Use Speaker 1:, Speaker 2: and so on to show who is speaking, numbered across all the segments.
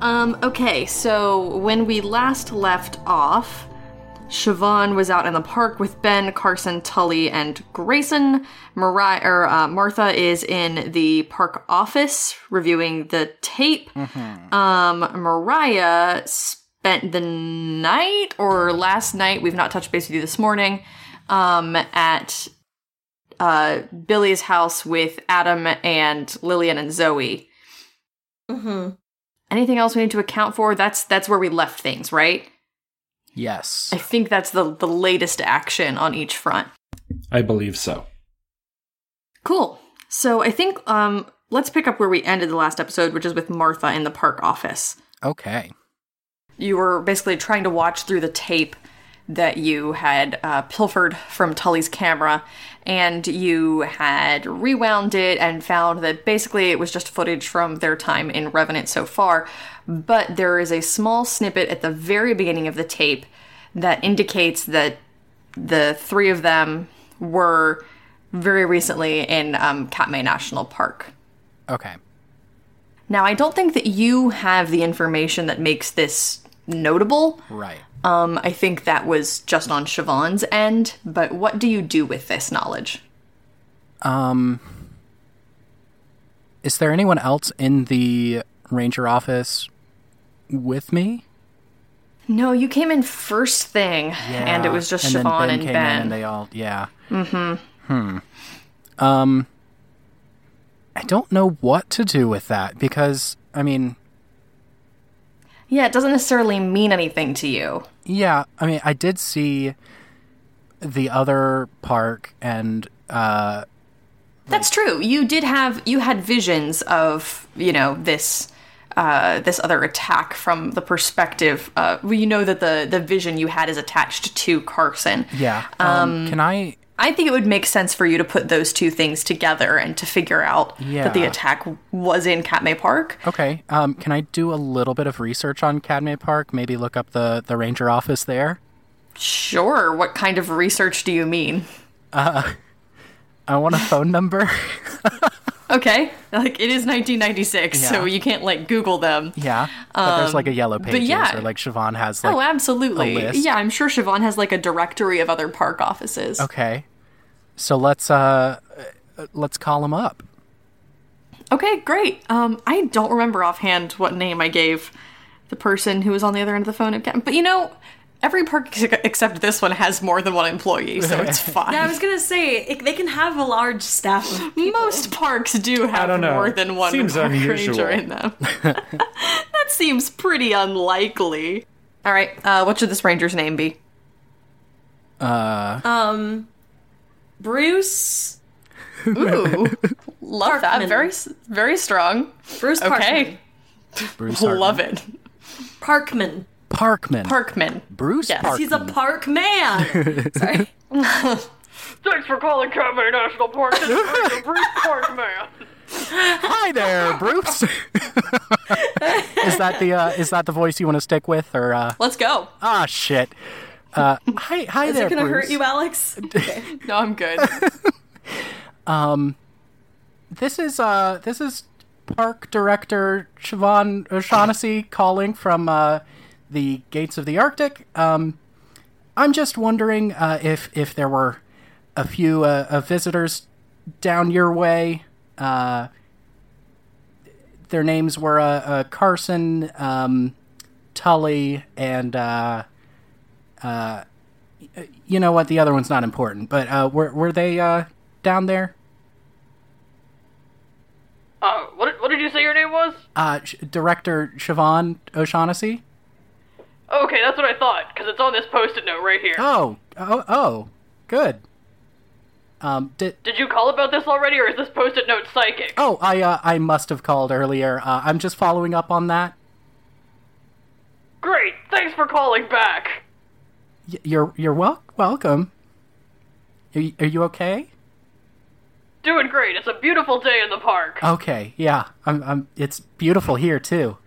Speaker 1: Um, Okay, so when we last left off, Siobhan was out in the park with Ben, Carson, Tully, and Grayson. Mariah, or, uh, Martha is in the park office reviewing the tape. Um, Mariah spent the night or last night, we've not touched base with you this morning, um, at uh, Billy's house with Adam and Lillian and Zoe.
Speaker 2: Mm-hmm.
Speaker 1: Anything else we need to account for? That's that's where we left things, right?
Speaker 3: Yes.
Speaker 1: I think that's the the latest action on each front.
Speaker 4: I believe so.
Speaker 1: Cool. So I think um let's pick up where we ended the last episode, which is with Martha in the park office.
Speaker 3: Okay.
Speaker 1: You were basically trying to watch through the tape that you had uh, pilfered from Tully's camera, and you had rewound it and found that basically it was just footage from their time in Revenant so far. But there is a small snippet at the very beginning of the tape that indicates that the three of them were very recently in um, Katmai National Park.
Speaker 3: Okay.
Speaker 1: Now, I don't think that you have the information that makes this notable.
Speaker 3: Right.
Speaker 1: Um, I think that was just on Siobhan's end, but what do you do with this knowledge?
Speaker 3: Um Is there anyone else in the ranger office with me?
Speaker 1: No, you came in first thing, and it was just
Speaker 3: then
Speaker 1: Siobhan and
Speaker 3: came in
Speaker 1: Ben. Mm-hmm.
Speaker 3: and they all yeah. Mhm. Hmm. Um I don't know what to do with that because I mean,
Speaker 1: yeah, it doesn't necessarily mean anything to you.
Speaker 3: Yeah, I mean, I did see the other park, and uh,
Speaker 1: That's true. You did have you had visions of you know this uh, this other attack from the perspective. Uh, well, you know that the the vision you had is attached to Carson.
Speaker 3: yeah, um, can I?
Speaker 1: I think it would make sense for you to put those two things together and to figure out that the
Speaker 3: Yeah.
Speaker 1: attack was in Katmai Park.
Speaker 3: Okay, um, can I do a little bit of research on Cadme Park? Maybe look up the the ranger office there.
Speaker 1: Sure. What kind of research do you mean?
Speaker 3: I want a phone number.
Speaker 1: Okay. Like it is 1996, so
Speaker 3: Yeah.
Speaker 1: you can't like Google them.
Speaker 3: yeah, but there's
Speaker 2: Um,
Speaker 3: like a yellow pages,
Speaker 1: yeah.
Speaker 3: or like Siobhan has like.
Speaker 1: oh, absolutely.
Speaker 3: a list.
Speaker 1: Yeah, I'm sure Siobhan has like a directory of other park offices.
Speaker 3: okay, so let's uh, uh, let's call him up.
Speaker 1: Okay, great. Um, I don't remember offhand what name I gave the person who was on the other end of the phone, but you know, every park ex- except this one has more than one employee, so it's fine.
Speaker 2: I was gonna say it, they can have a large staff. Of people.
Speaker 1: Most parks do have
Speaker 4: don't know.
Speaker 1: more than one
Speaker 4: Seems
Speaker 1: park
Speaker 4: unusual.
Speaker 1: ranger in them. that seems pretty unlikely. All right, uh, what should this ranger's name be?
Speaker 2: um, Bruce
Speaker 1: Ooh, love that.
Speaker 2: Parkman.
Speaker 1: Very, s- very strong.
Speaker 2: Bruce Parkman.
Speaker 1: Okay,
Speaker 3: Bruce
Speaker 1: love it.
Speaker 2: Parkman.
Speaker 3: Parkman.
Speaker 1: Parkman.
Speaker 3: Bruce
Speaker 1: Yes,
Speaker 3: Parkman.
Speaker 2: He's a park man. Sorry.
Speaker 5: Thanks for calling Conway National Park. This is Ranger Bruce Parkman.
Speaker 3: Hi there, Bruce. is that the uh, is that the voice you want to stick with, or uh,
Speaker 1: Let's go.
Speaker 3: ah shit? Uh, hi, hi
Speaker 2: Is
Speaker 3: there,
Speaker 2: it gonna
Speaker 3: Bruce.
Speaker 2: hurt you, Alex? Okay.
Speaker 1: No, I'm good.
Speaker 3: This is uh, this is park director Siobhan O'Shaughnessy calling from uh, the gates of the Arctic. Um, I'm just wondering uh, if if there were a few uh, uh, visitors down your way. Uh, their names were uh, uh, Carson, um, Tully, and uh, uh, y- you know what? The other one's not important, but uh, were were they uh, down there?
Speaker 5: Uh, what, did- what did you say your name was?
Speaker 3: uh, sh- director Siobhan O'Shaughnessy.
Speaker 5: Okay, that's what I thought, because it's on this post-it note right here.
Speaker 3: Oh, oh, oh, good. Um, did
Speaker 5: Did you call about this already, or is this post-it note psychic?
Speaker 3: oh, I uh, I must have called earlier. Uh, I'm just following up on that.
Speaker 5: Great, thanks for calling back.
Speaker 3: Y- you're you're wel- welcome. Are you, are you okay?
Speaker 5: Doing great. It's a beautiful day in the park.
Speaker 3: Okay, yeah. I'm I'm. It's beautiful here too.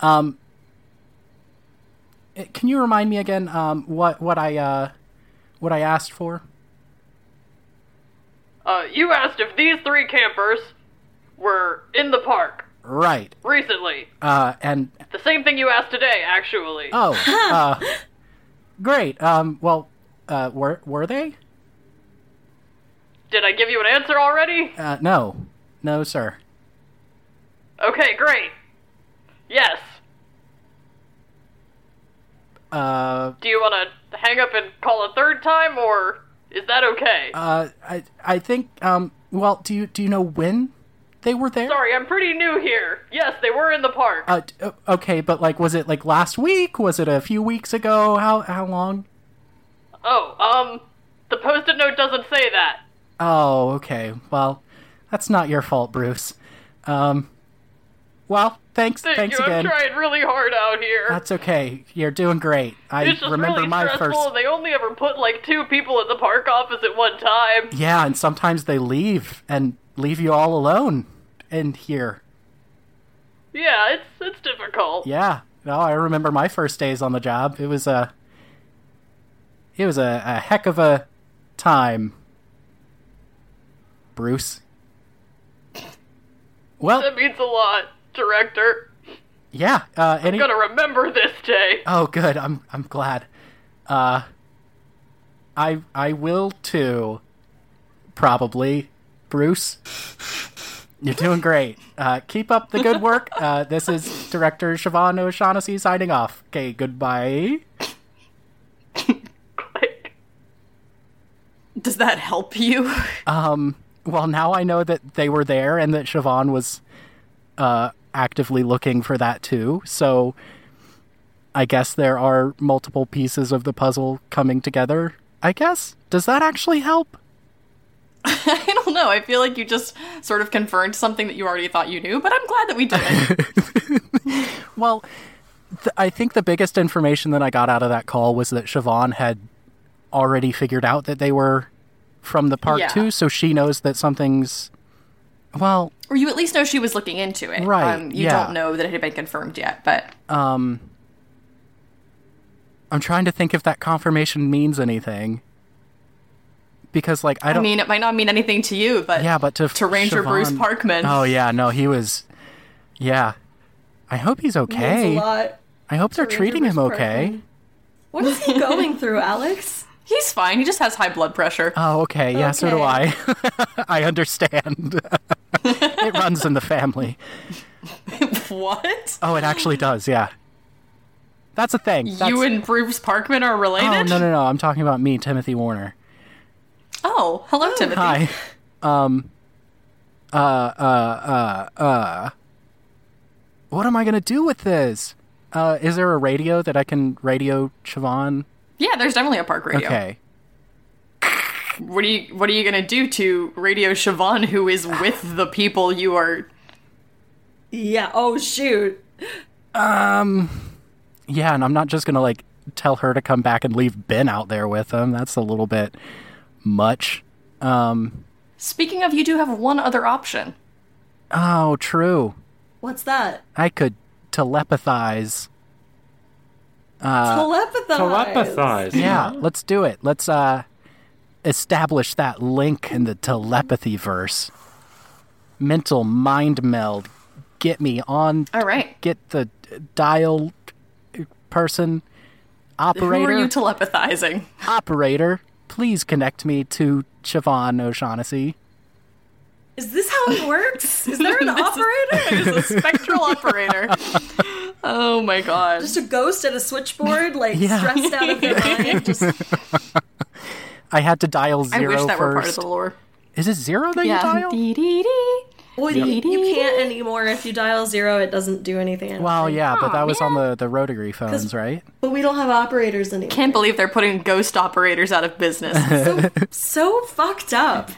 Speaker 3: Um, eh, can you remind me again? Um, what what I uh, what I asked for?
Speaker 5: Uh, you asked if these three campers were in the park.
Speaker 3: Right.
Speaker 5: Recently.
Speaker 3: Uh, and
Speaker 5: The same thing you asked today, actually.
Speaker 3: oh, uh, great. Um, well, uh, were were they?
Speaker 5: Did I give you an answer already?
Speaker 3: Uh, no, no, sir.
Speaker 5: Okay, great. Yes.
Speaker 3: Uh,
Speaker 5: Do you want to hang up and call a third time, or is that okay?
Speaker 3: uh, I I think. Um, well, do you do you know when they were there?
Speaker 5: Sorry, I'm pretty new here. Yes, they were in the park.
Speaker 3: Uh, t- uh, okay, but like, was it like last week? Was it a few weeks ago? How how long?
Speaker 5: oh, um, the post-it note doesn't say that.
Speaker 3: Oh, okay. Well, that's not your fault, Bruce. Um, well, thanks,
Speaker 5: Thank
Speaker 3: thanks
Speaker 5: you.
Speaker 3: again.
Speaker 5: I'm trying really hard out here.
Speaker 3: That's okay. You're doing great. I
Speaker 5: it's just
Speaker 3: remember
Speaker 5: really
Speaker 3: my
Speaker 5: stressful.
Speaker 3: first.
Speaker 5: They only ever put like two people in the park office at one time.
Speaker 3: Yeah, and sometimes they leave and leave you all alone in here.
Speaker 5: Yeah, it's it's difficult.
Speaker 3: Yeah. No, I remember my first days on the job. It was a it was a, a heck of a time. Bruce. Well,
Speaker 5: That means a lot, director.
Speaker 3: yeah. Uh, any,
Speaker 5: I'm gonna remember this day.
Speaker 3: Oh, good. I'm I'm glad. Uh, I I will too. Probably, Bruce. You're doing great. Uh, keep up the good work. Uh, this is director Siobhan O'Shaughnessy signing off. Okay, goodbye.
Speaker 5: Click.
Speaker 2: Does that help you?
Speaker 3: Um, well, now I know that they were there and that Siobhan was uh, actively looking for that too. So I guess there are multiple pieces of the puzzle coming together. I guess. Does that actually help?
Speaker 1: I don't know. I feel like you just sort of confirmed something that you already thought you knew, but I'm glad that we did it.
Speaker 3: Well, th- I think the biggest information that I got out of that call was that Siobhan had already figured out that they were from the park
Speaker 1: Yeah.
Speaker 3: too, so she knows that something's. Well,
Speaker 1: or you at least know she was looking into it.
Speaker 3: Right,
Speaker 1: Um, you
Speaker 3: yeah.
Speaker 1: don't know that it had been confirmed yet, but
Speaker 3: um, I'm trying to think if that confirmation means anything. Because, like, I
Speaker 1: I
Speaker 3: don't.
Speaker 1: mean, it might not mean anything to you, but
Speaker 3: yeah, but to
Speaker 1: to Ranger Bruce
Speaker 3: Siobhan-
Speaker 1: Parkman.
Speaker 3: Oh yeah, no, he was. Yeah, I hope he's
Speaker 2: It's
Speaker 3: okay.
Speaker 2: a lot.
Speaker 3: I hope they're treating him
Speaker 2: Bruce
Speaker 3: okay.
Speaker 2: Parkman. What is he going through, Alex?
Speaker 1: he's fine. He just has high blood pressure.
Speaker 3: Oh, okay. Yeah, so do I.
Speaker 2: Okay.
Speaker 3: I understand. it runs in the family.
Speaker 1: what?
Speaker 3: Oh, it actually does. Yeah, that's a thing. That's...
Speaker 1: You and Bruce Parkman are related?
Speaker 3: oh no no no! I'm talking about me, Timothy Warner.
Speaker 1: Oh, hello, Timothy.
Speaker 3: Hi. Um. Uh. Uh. Uh. Uh. What am I gonna do with this? Uh, is there a radio that I can radio Siobhan?
Speaker 1: Yeah, there's definitely a park radio.
Speaker 3: Okay.
Speaker 1: What are you What are you gonna do to Radio Siobhan, who is with the people you are?
Speaker 2: Yeah. Oh shoot.
Speaker 3: Um. Yeah, and I'm not just gonna like tell her to come back and leave Ben out there with him. That's a little bit much. Um.
Speaker 1: Speaking of, you do have one other option.
Speaker 3: Oh, true.
Speaker 2: What's that?
Speaker 3: I could telepathize.
Speaker 2: Uh, Telepathize.
Speaker 4: Telepathize.
Speaker 3: Yeah, let's do it. Let's uh establish that link in the telepathy verse. Mental mind meld. Get me on
Speaker 1: All right.
Speaker 3: get the dial person
Speaker 1: Who
Speaker 3: operator
Speaker 1: are you telepathizing?
Speaker 3: operator. Please connect me to Siobhan O'Shaughnessy.
Speaker 2: Is this how it works? Is there an
Speaker 1: This is-
Speaker 2: operator?
Speaker 1: There's a spectral operator. Oh my god.
Speaker 2: Just a ghost at a switchboard, like
Speaker 3: Yeah.
Speaker 2: stressed out of their mind. Just
Speaker 3: I had to dial zero
Speaker 1: I wish that were part of
Speaker 3: first.
Speaker 1: the lore.
Speaker 3: Is it zero that you dial?
Speaker 1: Dee-dee-dee.
Speaker 2: Well, you, you can't anymore. If you dial zero, it doesn't do anything.
Speaker 3: Well, yeah, but that was
Speaker 1: man.
Speaker 3: on the, the rotary phones, right?
Speaker 2: But we don't have operators anymore.
Speaker 1: Can't believe they're putting ghost operators out of business.
Speaker 2: so fucked up.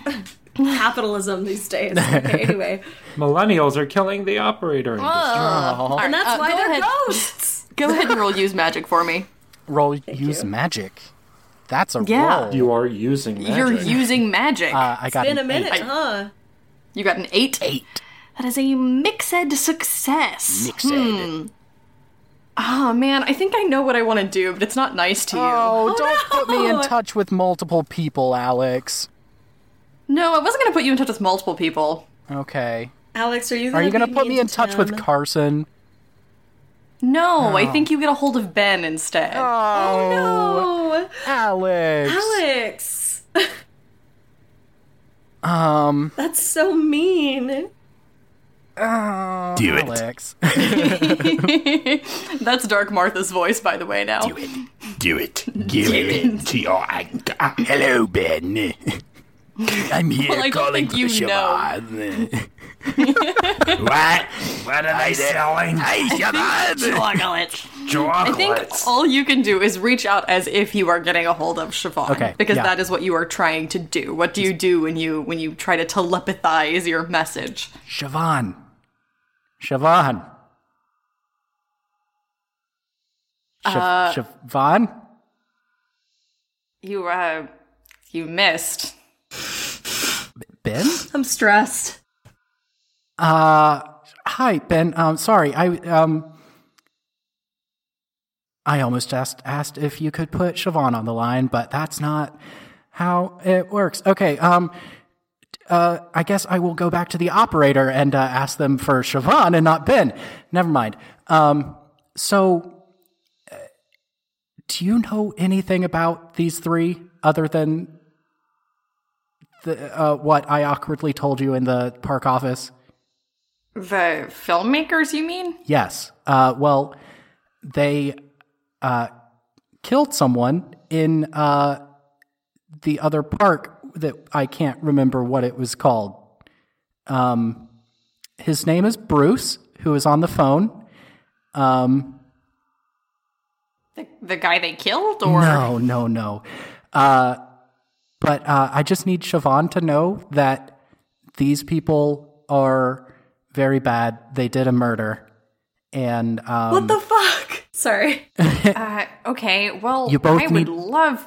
Speaker 2: Capitalism these days. Okay, anyway.
Speaker 4: Millennials are killing the operator industry.
Speaker 1: All right,
Speaker 2: And that's
Speaker 1: uh,
Speaker 2: why
Speaker 1: go
Speaker 2: they're
Speaker 1: ahead.
Speaker 2: ghosts.
Speaker 1: Go ahead and roll use magic for me.
Speaker 3: Roll use magic. That's a
Speaker 1: Yeah.
Speaker 3: roll.
Speaker 4: You are using magic.
Speaker 1: You're using magic.
Speaker 3: uh, I got
Speaker 2: Been a
Speaker 3: an
Speaker 2: minute,
Speaker 3: eight.
Speaker 2: huh?
Speaker 1: you got an eight.
Speaker 3: Eight.
Speaker 1: That is a mixed success.
Speaker 3: Mixed.
Speaker 1: Oh man, I think I know what I want to do, but it's not nice to you.
Speaker 3: Oh, don't
Speaker 2: no!
Speaker 3: put me in touch with multiple people, Alex.
Speaker 1: No, I wasn't gonna put you in touch with multiple people.
Speaker 3: Okay.
Speaker 2: Alex, are you
Speaker 3: Are
Speaker 2: gonna
Speaker 3: you going
Speaker 2: be
Speaker 3: to put me in touch with
Speaker 2: town?
Speaker 3: Carson?
Speaker 1: No, I think you get a hold of Ben instead.
Speaker 3: Oh,
Speaker 2: Oh,
Speaker 3: Alex.
Speaker 2: Alex,
Speaker 3: Um,
Speaker 2: that's so mean.
Speaker 3: oh,
Speaker 6: Do it.
Speaker 3: Alex.
Speaker 1: That's Dark Martha's voice, by the way, now.
Speaker 6: Do it. Do it. Give it to your anger. Hello, Ben. I'm here
Speaker 1: Well, I don't
Speaker 6: calling
Speaker 1: think you
Speaker 6: for
Speaker 1: know.
Speaker 6: Siobhan. what? What are they selling? Hey, Siobhan!
Speaker 1: Chocolate. I
Speaker 6: Chocolates.
Speaker 1: think all you can do is reach out as if you are getting a hold of Siobhan.
Speaker 3: Okay,
Speaker 1: Because
Speaker 3: yeah.
Speaker 1: that is what you are trying to do. What do you do when you when you try to telepathize your message?
Speaker 3: Siobhan. Siobhan. Siv- Siobhan?
Speaker 1: You uh you missed.
Speaker 3: Ben?
Speaker 2: I'm stressed.
Speaker 3: Uh, hi, Ben. Um, sorry, I, um, I almost just asked if you could put Siobhan on the line, but that's not how it works. Okay, um, uh, I guess I will go back to the operator and uh, ask them for Siobhan and not Ben. Never mind. Um, so, uh, do you know anything about these three other than the, uh, what I awkwardly told you in the park office?
Speaker 1: The filmmakers, you mean?
Speaker 3: Yes. Uh, well, they uh, killed someone in uh, the other park that I can't remember what it was called. Um, his name is Bruce, who is on the phone. Um,
Speaker 1: The, the guy they killed or
Speaker 3: no, no, no. Uh, but uh, I just need Siobhan to know that these people are very bad. They did a murder. And um,
Speaker 2: What the fuck? Sorry.
Speaker 1: Uh, okay, well,
Speaker 3: You both
Speaker 1: I would
Speaker 3: need-
Speaker 1: love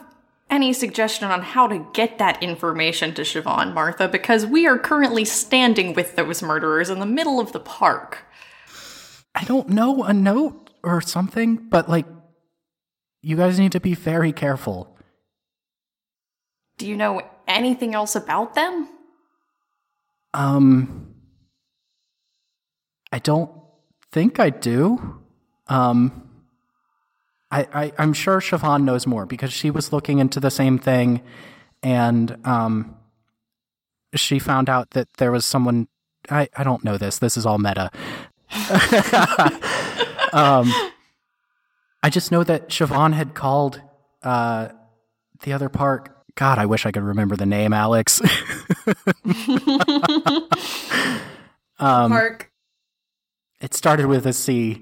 Speaker 1: any suggestion on how to get that information to Siobhan, Martha, because we are currently standing with those murderers in the middle of the park.
Speaker 3: I don't know, a note or something, but like, you guys need to be very careful.
Speaker 1: Do you know anything else about them?
Speaker 3: Um, I don't think I do. Um, I, I I'm sure Siobhan knows more because she was looking into the same thing, and um, she found out that there was someone. I I don't know this. This is all meta. um, I just know that Siobhan had called uh the other park. God, I wish I could remember the name, Alex. um,
Speaker 2: Park.
Speaker 3: It started with a C.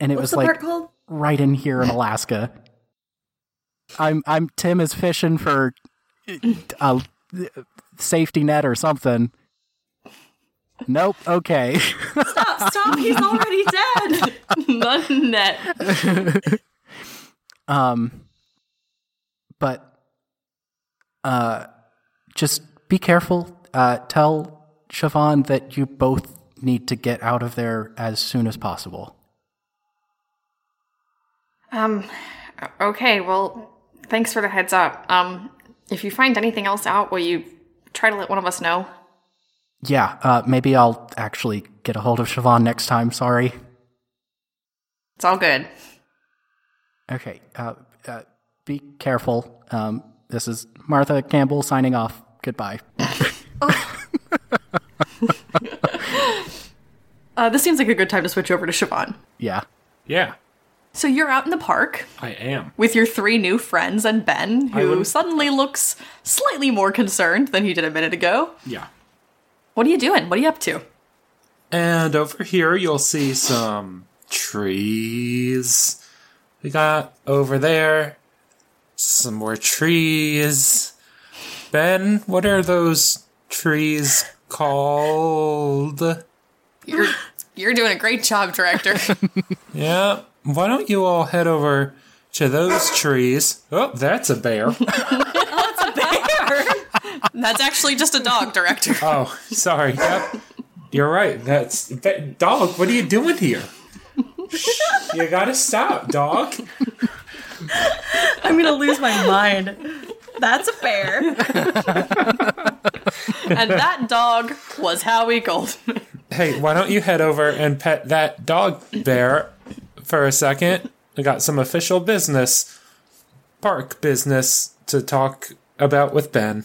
Speaker 3: And it
Speaker 2: What's
Speaker 3: was
Speaker 2: the
Speaker 3: like
Speaker 2: park called?
Speaker 3: right in here in Alaska. I'm I'm Tim is fishing for a safety net or something. Nope, okay.
Speaker 2: Stop! Stop! He's already dead.
Speaker 1: None that.
Speaker 3: Um but uh just be careful. Uh tell Siobhan that you both need to get out of there as soon as possible.
Speaker 1: Um, okay, well, thanks for the heads up. Um, if you find anything else out, will you try to let one of us know?
Speaker 3: Yeah, uh, maybe I'll actually get a hold of Siobhan next time. Sorry.
Speaker 1: It's all good.
Speaker 3: Okay, uh, uh, be careful. Um, this is Martha Campbell signing off. Goodbye.
Speaker 1: Uh, this seems like a good time to switch over to Siobhan.
Speaker 3: Yeah.
Speaker 4: Yeah,
Speaker 1: So you're out in the park.
Speaker 4: I am.
Speaker 1: with your three new friends and Ben, who
Speaker 4: wouldn't-
Speaker 1: suddenly looks slightly more concerned than he did a minute ago.
Speaker 4: Yeah.
Speaker 1: What are you doing? What are you up to?
Speaker 4: And over here, you'll see some trees. We got over there some more trees. Ben, what are those trees called?
Speaker 1: You're you're doing a great job, director.
Speaker 4: Yeah. Why don't you all head over to those trees? Oh, that's a bear.
Speaker 1: That's actually just a dog, director.
Speaker 4: Oh, sorry. Yep. You're right. That's that dog. What are you doing here? you gotta stop, dog.
Speaker 2: I'm gonna lose my mind. That's a bear.
Speaker 7: and that dog was Howie Goldman.
Speaker 4: Hey, why don't you head over and pet that dog there for a second? We got some official business, park business to talk about with Ben.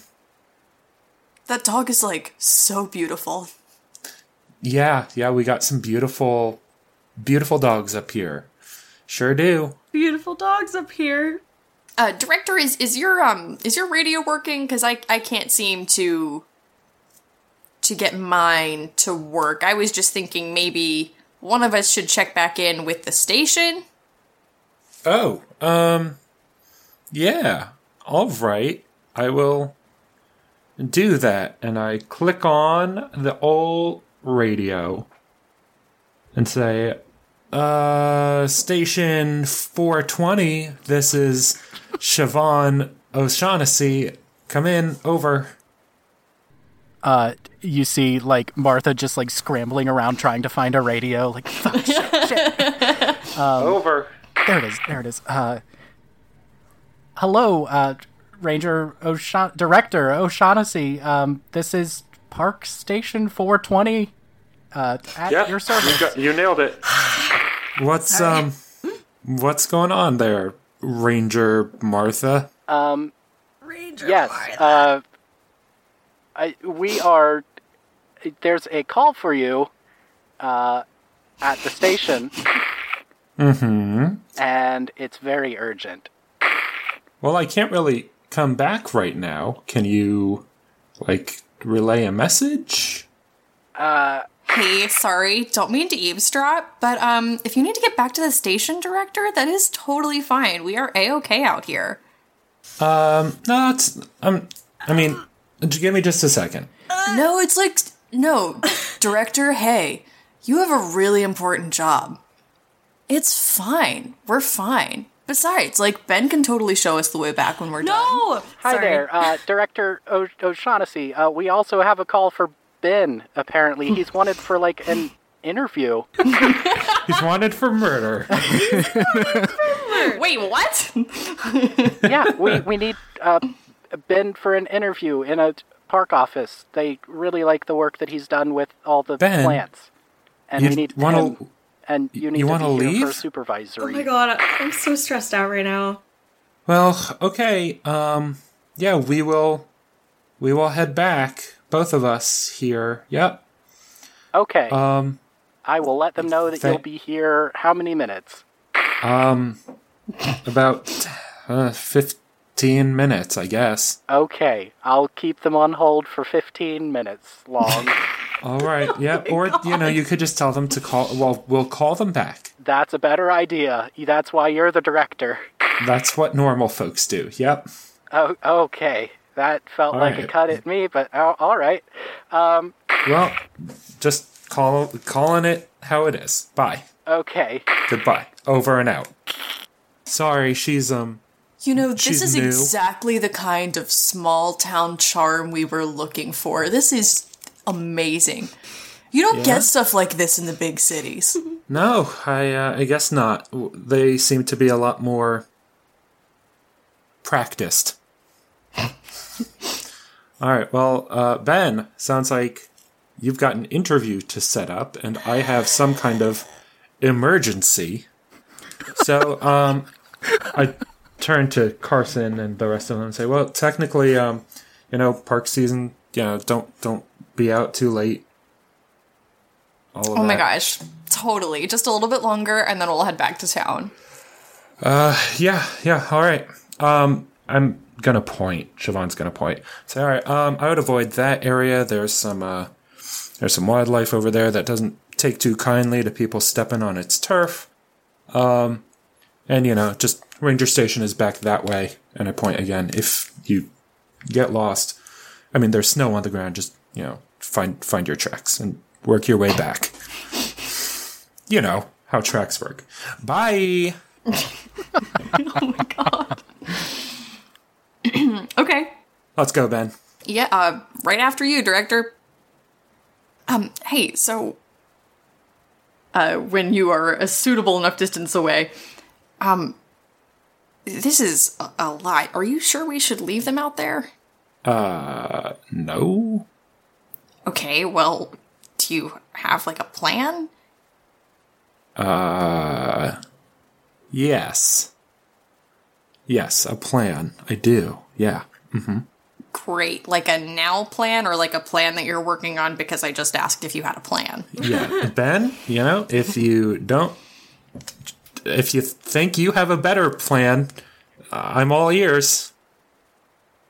Speaker 1: That dog is like so beautiful.
Speaker 4: Yeah, yeah, we got some beautiful, beautiful dogs up here. Sure do.
Speaker 2: Beautiful dogs up here.
Speaker 1: Uh, director, is is your um is your radio working? Because I I can't seem to to get mine to work. I was just thinking maybe one of us should check back in with the station.
Speaker 4: Oh, um, yeah. All right. I will do that. And I click on the old radio and say, uh, station 420. This is Siobhan O'Shaughnessy. Come in. Over.
Speaker 3: Uh, you see, like Martha just like scrambling around trying to find a radio. Like, fuck, shit, shit.
Speaker 4: Over.
Speaker 3: There it is. There it is. Uh, hello, uh, Ranger O'Sha- Director O'Shaughnessy. Um, this is Park Station 420. Uh, at
Speaker 8: Yeah,
Speaker 3: your service.
Speaker 8: You, got- you nailed it.
Speaker 4: What's, um, what's going on there, Ranger Martha?
Speaker 2: Ranger.
Speaker 3: Yes. Uh, I, we are. There's a call for you uh, at the station. Mm-hmm.
Speaker 4: Mm-hmm.
Speaker 3: And it's very urgent.
Speaker 4: Well, I can't really come back right now. Can you, like, relay a message?
Speaker 1: Hey, sorry, don't mean to eavesdrop, but um, if you need to get back to the station, director, that is totally fine. We are a okay out here.
Speaker 4: No, it's. Um, I mean, j- give me just a second.
Speaker 1: No, it's like no, director. Hey, you have a really important job. It's fine. We're fine. Besides, like Ben can totally show us the way back when we're done.
Speaker 2: Oh,
Speaker 3: Hi there, uh, Director o- O'Shaughnessy. Uh, we also have a call for Ben. Apparently, he's wanted for like an interview.
Speaker 4: He's wanted for murder.
Speaker 1: Wait, what?
Speaker 3: Yeah, we we need uh, Ben for an interview in a park office. They really like the work that he's done with all the
Speaker 4: Ben,
Speaker 3: plants, and
Speaker 4: you
Speaker 3: we need
Speaker 4: wanna-
Speaker 3: him. And you need
Speaker 4: wanna
Speaker 3: to be here
Speaker 4: leave?
Speaker 3: for supervisory.
Speaker 2: Oh my god, I'm so stressed out right now.
Speaker 4: well, okay. Um, yeah, we will. We will head back. Both of us here. Yep.
Speaker 3: Okay,
Speaker 4: Um.
Speaker 3: I will let them know that
Speaker 4: thank-
Speaker 3: you'll be here. How many minutes?
Speaker 4: About uh, fifteen minutes, I guess.
Speaker 3: Okay, I'll keep them on hold for fifteen minutes long. Oh
Speaker 4: All right. Yeah. or you know, you could just tell them to call. Well, we'll call them back.
Speaker 3: That's a better idea. That's why you're the director.
Speaker 4: That's what normal folks do. Yep.
Speaker 3: Oh, okay. That felt
Speaker 4: All
Speaker 3: like a
Speaker 4: right.
Speaker 3: cut at me, but oh, all right.
Speaker 4: Well, just call calling it how it is. Bye.
Speaker 3: Okay.
Speaker 4: Goodbye. Over and out. Sorry, she's um
Speaker 1: You know, this
Speaker 4: She's
Speaker 1: is
Speaker 4: new.
Speaker 1: exactly the kind of small town charm we were looking for. This is amazing. You don't
Speaker 4: Yeah?
Speaker 1: get stuff like this in the big cities.
Speaker 4: no, I uh, I guess not. W- They seem to be a lot more practiced. All right. Well, uh, Ben, sounds like you've got an interview to set up, and I have some kind of emergency. So, um, I turn to Carson and the rest of them and say, "Well, technically, um, you know, park season. You know, don't don't be out too late." All of
Speaker 1: Oh my
Speaker 4: that.
Speaker 1: gosh. Totally. Just a little bit longer and then we'll head back to town.
Speaker 4: Yeah, yeah. All right. Um, I'm gonna point. Siobhan's gonna point. Say, all right. Um, I would avoid that area. There's some uh, there's some wildlife over there that doesn't take too kindly to people stepping on its turf. Um, and you know, just ranger station is back that way. And I point again. If you get lost, I mean, there's snow on the ground. Just you know, find find your tracks and work your way back. You know how tracks work. Bye.
Speaker 1: Okay.
Speaker 4: Let's go, Ben.
Speaker 1: Yeah, uh, right after you, director. Um, hey, so uh when you are a suitable enough distance away, um this is a, a lot. Are you sure we should leave them out there?
Speaker 4: Uh, no.
Speaker 1: Okay, well, do you have like a plan?
Speaker 4: Uh, Yes. Yes, a plan. I do. Yeah.
Speaker 1: Great. Like a now plan or like a plan that you're working on because I just asked if you had a plan.
Speaker 4: Yeah. ben, you know, if you don't, if you think you have a better plan, uh, I'm all ears.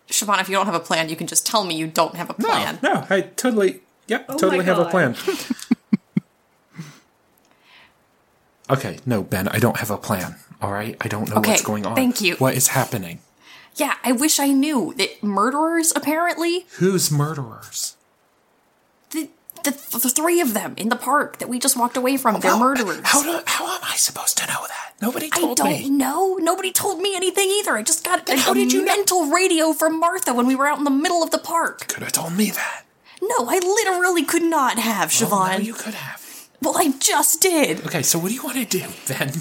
Speaker 1: Siobhan, if you don't have a plan, you can just tell me you don't have a plan. Oh
Speaker 4: No, I totally, yep, totally
Speaker 2: my
Speaker 4: have a
Speaker 2: God.
Speaker 4: plan. okay, no, Ben, I don't have a plan. All right, I don't know what's
Speaker 1: Okay,
Speaker 4: going on.
Speaker 1: thank you.
Speaker 4: What is happening?
Speaker 1: Yeah, I wish I knew that murderers apparently
Speaker 4: Who's murderers?
Speaker 1: the, the, the three of them in the park that we just walked away from they're murderers.
Speaker 4: How do, how am I supposed to know that? Nobody
Speaker 1: I
Speaker 4: told
Speaker 1: don't
Speaker 4: me.
Speaker 1: know. Nobody told me anything either. I just got how did you mental radio from Martha when we were out in the middle of the park?
Speaker 4: Could have told me that.
Speaker 1: No, I literally could not have
Speaker 4: Oh,
Speaker 1: Siobhan.
Speaker 4: no, you could have.
Speaker 1: well, I just did.
Speaker 4: Okay, so what do you want to do then?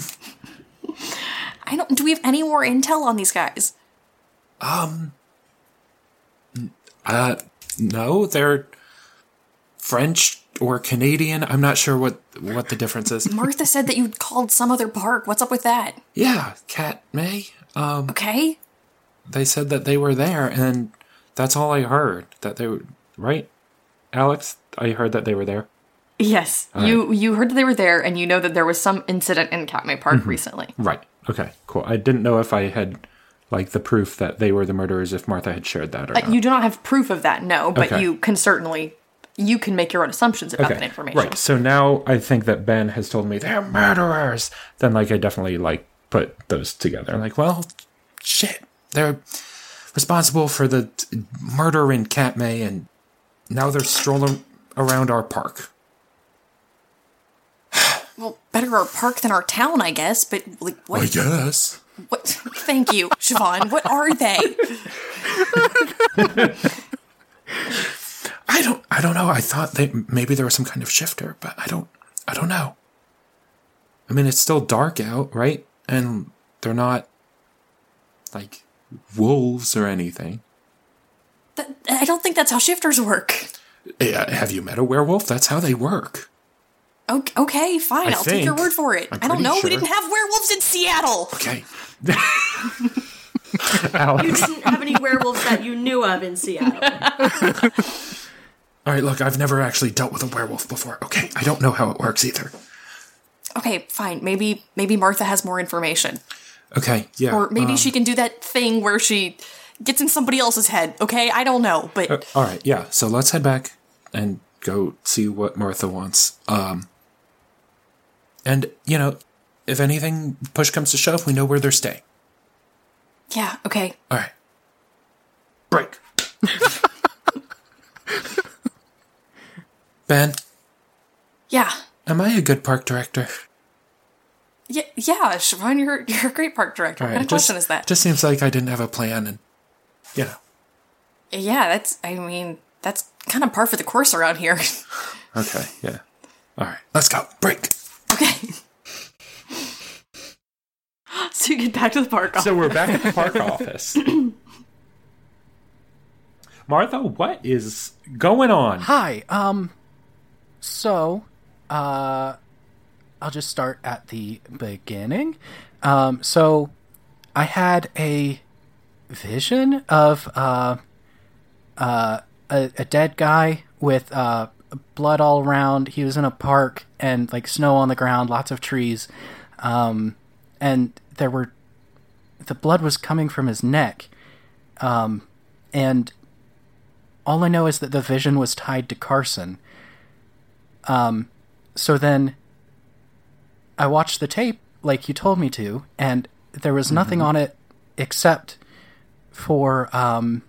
Speaker 1: I don't. Do we have any more intel on these guys?
Speaker 4: Uh, no, they're French or Canadian. I'm not sure what what the difference is.
Speaker 1: Martha said that you called some other park. What's up with that?
Speaker 4: yeah, Cat May. Um,
Speaker 1: Okay.
Speaker 4: they said that they were there, and that's all I heard. That they were right, Alex. I heard that they were there.
Speaker 9: Yes, you you heard that they were there, and you know that there was some incident in Katmai Park recently.
Speaker 4: Right. Okay. Cool. I didn't know if I had like the proof that they were the murderers if Martha had shared that or not.
Speaker 9: Uh, You do not have proof of that, no, but
Speaker 4: Okay.
Speaker 9: you can certainly you can make your own assumptions about that information.
Speaker 4: Right. So now I think that Ben has told me they're murderers. Then like I definitely like put those together. I'm like, well, shit, they're responsible for the t- murder in Katmai, and now they're strolling around our park.
Speaker 1: Well, better our park than our town, I guess. But like, what?
Speaker 4: guess.
Speaker 1: what thank you, Siobhan. What are they?
Speaker 4: I don't. I don't know. I thought they maybe there was some kind of shifter, but I don't. I don't know. I mean, it's still dark out, right? And they're not like wolves or anything.
Speaker 1: That- I don't think that's how shifters work.
Speaker 4: Yeah, have you met a werewolf? That's how they work.
Speaker 1: O- Okay, fine.
Speaker 4: I
Speaker 1: I'll take your
Speaker 4: think.
Speaker 1: word for it.
Speaker 4: I'm
Speaker 1: I do not
Speaker 4: pretty
Speaker 1: know.
Speaker 4: sure.
Speaker 1: We didn't have werewolves in Seattle.
Speaker 4: Okay.
Speaker 2: You didn't have any werewolves that you knew of in Seattle.
Speaker 4: All right, look, I've never actually dealt with a werewolf before. Okay, I don't know how it works either.
Speaker 1: Okay, fine. Maybe maybe Martha has more information,
Speaker 4: Okay, yeah.
Speaker 1: or maybe
Speaker 4: um,
Speaker 1: she can do that thing where she gets in somebody else's head. Okay, I don't know, but
Speaker 4: uh, All right, yeah. So let's head back and go see what Martha wants. Um And, you know, if anything push comes to shove, we know where they're staying.
Speaker 1: yeah. Okay,
Speaker 4: All right. Break. ben,
Speaker 1: yeah,
Speaker 4: am I a good park director?
Speaker 1: yeah, yeah. Siobhan, you're you're a great park director.
Speaker 4: All
Speaker 1: what kind
Speaker 4: right,
Speaker 1: of question
Speaker 4: just-
Speaker 1: is that?
Speaker 4: Just seems like I didn't have a plan and you know.
Speaker 1: yeah, that's. I mean, that's kind of par for the course around here.
Speaker 4: Okay, yeah. All right, let's go. Break.
Speaker 1: okay.
Speaker 9: So you get back to the park.
Speaker 4: So we're back at the park office. Martha, what is going on?
Speaker 3: Hi. Um. So, uh, I'll just start at the beginning. Um. So, I had a vision of uh, uh, a, a dead guy with uh blood all around. He was in a park and like snow on the ground, lots of trees. Um, and there were the blood was coming from his neck. Um, and all I know is that the vision was tied to Carson. Um, so then I watched the tape like you told me to, and there was nothing on it except for um,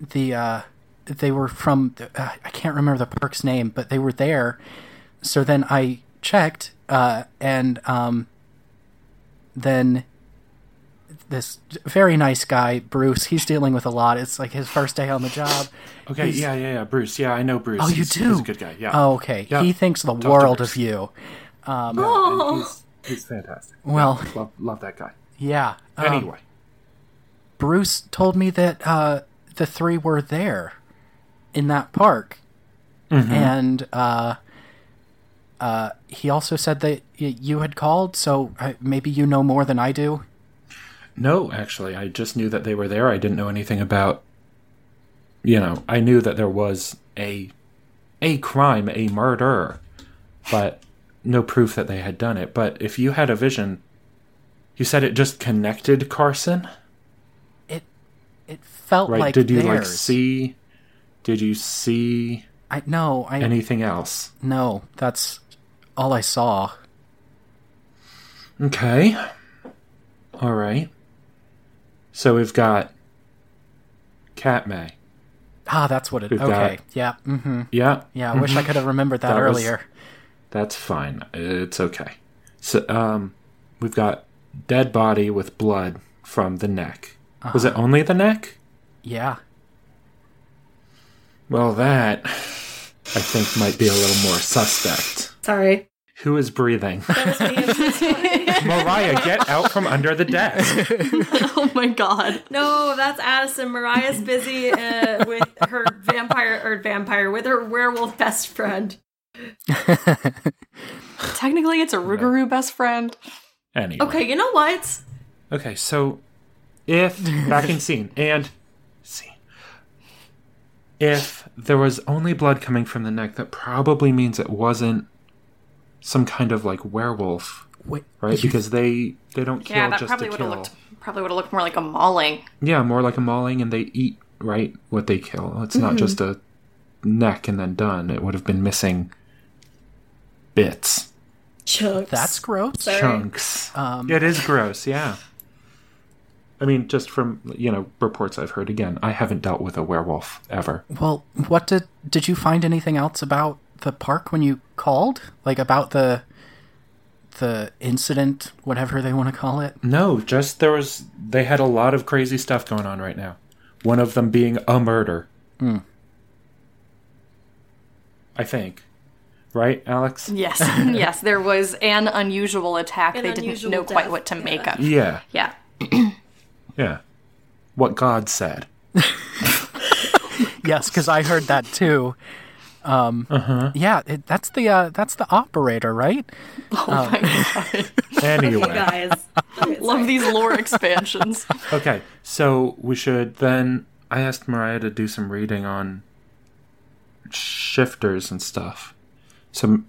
Speaker 3: the uh, they were from the, uh, I can't remember the park's name, but they were there. So then I checked, uh, and um, then this very nice guy, Bruce. He's dealing with a lot. It's like his first day on the job.
Speaker 4: Okay, yeah, yeah, yeah, Bruce. Yeah, I know Bruce.
Speaker 3: Oh, you
Speaker 4: he's,
Speaker 3: do.
Speaker 4: He's a good guy. Yeah.
Speaker 3: Oh, okay.
Speaker 4: Yeah.
Speaker 3: He thinks the
Speaker 4: Dr.
Speaker 3: world
Speaker 4: Bruce.
Speaker 3: of you.
Speaker 4: Oh. He's, he's fantastic.
Speaker 3: Well,
Speaker 4: Love, love that guy.
Speaker 3: yeah. Um,
Speaker 4: Anyway,
Speaker 3: Bruce told me that uh, the three were there in that park,
Speaker 4: Mm-hmm.
Speaker 3: and uh, uh, he also said that y- you had called, so uh, maybe you know more than I do.
Speaker 4: No, actually, I just knew that they were there. I didn't know anything about you know, I knew that there was a a crime, a murder, but no proof that they had done it. But if you had a vision, you said it just connected Carson,
Speaker 3: It it felt
Speaker 4: right?
Speaker 3: like
Speaker 4: did you like
Speaker 3: theirs.
Speaker 4: see did you see
Speaker 3: I no, I
Speaker 4: anything else?
Speaker 3: no. That's all I saw.
Speaker 4: Okay. All right. So we've got Cat May.
Speaker 3: Ah, that's what it.
Speaker 4: We've
Speaker 3: okay,
Speaker 4: got-
Speaker 3: yeah, mm-hmm,
Speaker 4: Yeah.
Speaker 3: yeah. I wish I could have remembered that,
Speaker 4: That was-
Speaker 3: earlier.
Speaker 4: That's fine. It's okay. So, um, we've got dead body with blood from the neck. Was
Speaker 3: Uh-huh.
Speaker 4: it only the neck?
Speaker 3: Yeah,
Speaker 4: Well, that I think might be a little more suspect.
Speaker 2: Sorry.
Speaker 4: Who is breathing? Mariah, get out from under the desk.
Speaker 10: Oh my god.
Speaker 2: No, that's Addison. Mariah's busy uh, with her vampire or vampire with her werewolf best friend.
Speaker 10: Technically, it's a Rougarou best friend.
Speaker 4: Anyway.
Speaker 2: Okay, you know what?
Speaker 4: Okay, so if back in scene and scene, if there was only blood coming from the neck, that probably means it wasn't some kind of like werewolf,
Speaker 3: Wait,
Speaker 4: right? Because they they don't kill
Speaker 1: Yeah, that
Speaker 4: just to
Speaker 1: probably would
Speaker 4: kill.
Speaker 1: have looked probably would have looked more like a mauling.
Speaker 4: Yeah, more like a mauling, and they eat right what they kill. It's not just a neck and then done. It would have been missing bits,
Speaker 2: Chunks.
Speaker 3: that's gross.
Speaker 4: chunks. it is gross. Yeah. I mean, just from you know reports I've heard. Again, I haven't dealt with a werewolf ever.
Speaker 3: Well, what did did you find anything else about the park when you called? Like about the the incident, whatever they want to call it.
Speaker 4: No, just there was. They had a lot of crazy stuff going on right now. One of them being a murder. I think, right, Alex?
Speaker 10: Yes, yes, there was an unusual attack.
Speaker 2: An
Speaker 10: they didn't
Speaker 2: unusual
Speaker 10: know quite
Speaker 2: death,
Speaker 10: what to make of.
Speaker 4: Yeah,
Speaker 10: Yeah.
Speaker 4: yeah. What God said.
Speaker 3: Yes, because I heard that too. Um,
Speaker 4: Uh-huh.
Speaker 3: Yeah, it, that's the uh, that's the operator, right?
Speaker 4: Anyway.
Speaker 2: Guys,
Speaker 10: Love these lore expansions.
Speaker 4: Okay, so we should then. I asked Mariah to do some reading on shifters and stuff. So m-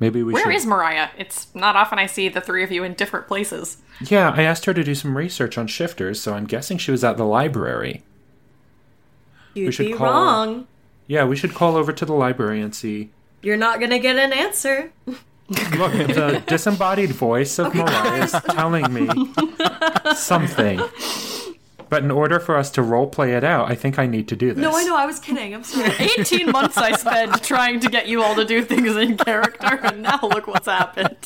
Speaker 4: maybe we
Speaker 1: Where
Speaker 4: should.
Speaker 1: is Mariah? It's not often I see the three of you in different places.
Speaker 4: yeah, I asked her to do some research on shifters, so I'm guessing she was at the library.
Speaker 2: you'd
Speaker 4: should
Speaker 2: be
Speaker 4: call-
Speaker 2: wrong.
Speaker 4: Yeah, we should call over to the library and see.
Speaker 2: You're not gonna get an answer.
Speaker 4: Look, the disembodied voice of Mariah is telling me something. But in order for us to roleplay it out, I think I need to do this.
Speaker 2: No, I know. I was kidding. I'm sorry.
Speaker 10: 18 months I spent trying to get you all to do things in character, and now look what's happened.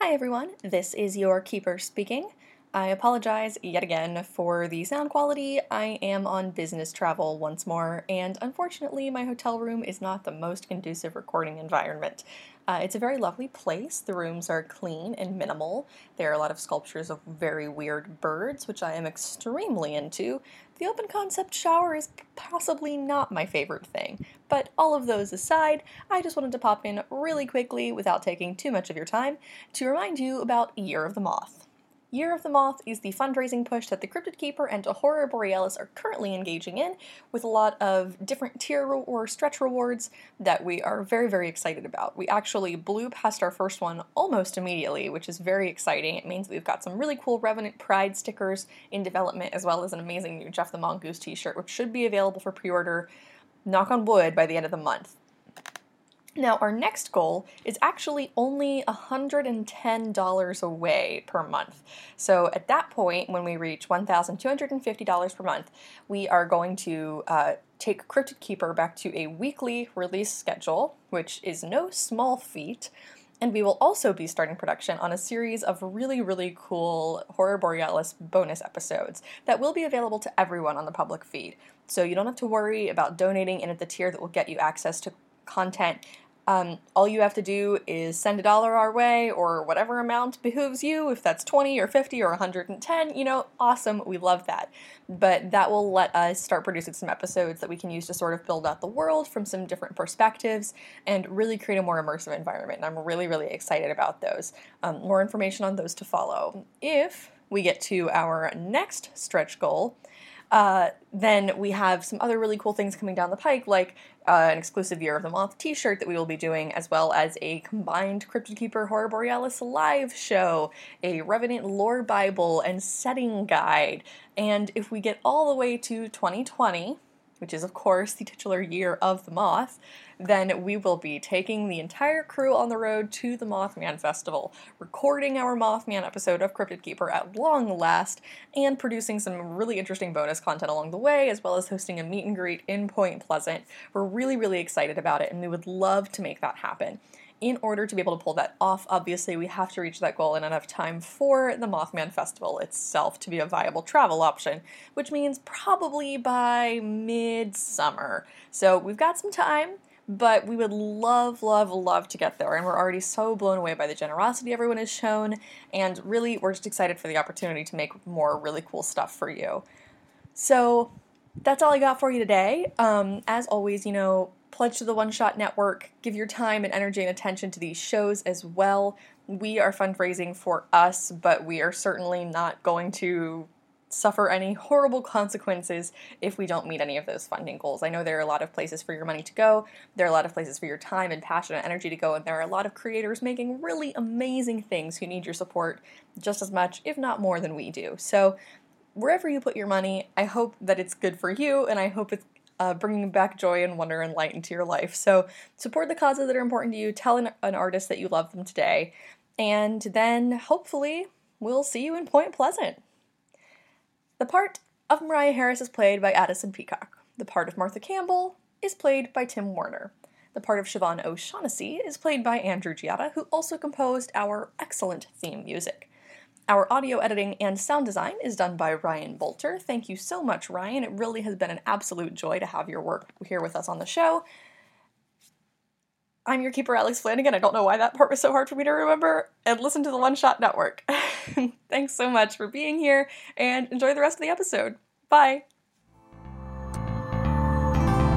Speaker 1: Hi, everyone. This is your keeper speaking. I apologize yet again for the sound quality. I am on business travel once more, and unfortunately, my hotel room is not the most conducive recording environment. Uh, it's a very lovely place. The rooms are clean and minimal. There are a lot of sculptures of very weird birds, which I am extremely into. The open concept shower is possibly not my favorite thing. But all of those aside, I just wanted to pop in really quickly without taking too much of your time to remind you about Year of the Moth. Year of the Moth is the fundraising push that the Cryptid Keeper and Ahura Borealis are currently engaging in, with a lot of different tier re- or stretch rewards that we are very, very excited about. We actually blew past our first one almost immediately, which is very exciting. It means we've got some really cool Revenant Pride stickers in development, as well as an amazing new Jeff the Mongoose t shirt, which should be available for pre order, knock on wood, by the end of the month. Now, our next goal is actually only $110 away per month. So, at that point, when we reach $1,250 per month, we are going to uh, take Cryptid Keeper back to a weekly release schedule, which is no small feat. And we will also be starting production on a series of really, really cool Horror Borealis bonus episodes that will be available to everyone on the public feed. So you don't have to worry about donating and at the tier that will get you access to content. Um, all you have to do is send a dollar our way or whatever amount behooves you, if that's 20 or 50 or 110, you know, awesome. We love that. But that will let us start producing some episodes that we can use to sort of build out the world from some different perspectives and really create a more immersive environment. And I'm really, really excited about those. Um, more information on those to follow. If we get to our next stretch goal, uh, then we have some other really cool things coming down the pike, like uh, an exclusive Year of the Moth t shirt that we will be doing, as well as a combined Cryptid Keeper Horror Borealis live show, a Revenant lore Bible and setting guide. And if we get all the way to 2020, which is, of course, the titular year of the Moth, then we will be taking the entire crew on the road to the Mothman Festival, recording our Mothman episode of Cryptid Keeper at long last, and producing some really interesting bonus content along the way, as well as hosting a meet and greet in Point Pleasant. We're really, really excited about it, and we would love to make that happen. In order to be able to pull that off, obviously, we have to reach that goal in enough time for the Mothman Festival itself to be a viable travel option, which means probably by midsummer. So we've got some time but we would love, love, love to get there. And we're already so blown away by the generosity everyone has shown. And really, we're just excited for the opportunity to make more really cool stuff for you. So that's all I got for you today. Um, as always, you know, pledge to the One Shot Network, give your time and energy and attention to these shows as well. We are fundraising for us, but we are certainly not going to suffer any horrible consequences if we don't meet any of those funding goals. I know there are a lot of places for your money to go, there are a lot of places for your time and passion and energy to go, and there are a lot of creators making really amazing things who need your support just as much, if not more, than we do. So, wherever you put your money, I hope that it's good for you, and I hope it's uh, bringing back joy and wonder and light into your life. So, support the causes that are important to you, tell an, an artist that you love them today, and then hopefully we'll see you in Point Pleasant. The part of Mariah Harris is played by Addison Peacock. The part of Martha Campbell is played by Tim Warner. The part of Siobhan O'Shaughnessy is played by Andrew Giada, who also composed our excellent theme music. Our audio editing and sound design is done by Ryan Bolter. Thank you so much, Ryan. It really has been an absolute joy to have your work here with us on the show. I'm your keeper, Alex Flanagan. I don't know why that part was so hard for me to remember. And listen to the One Shot Network. Thanks so much for being here and enjoy the rest of the episode. Bye.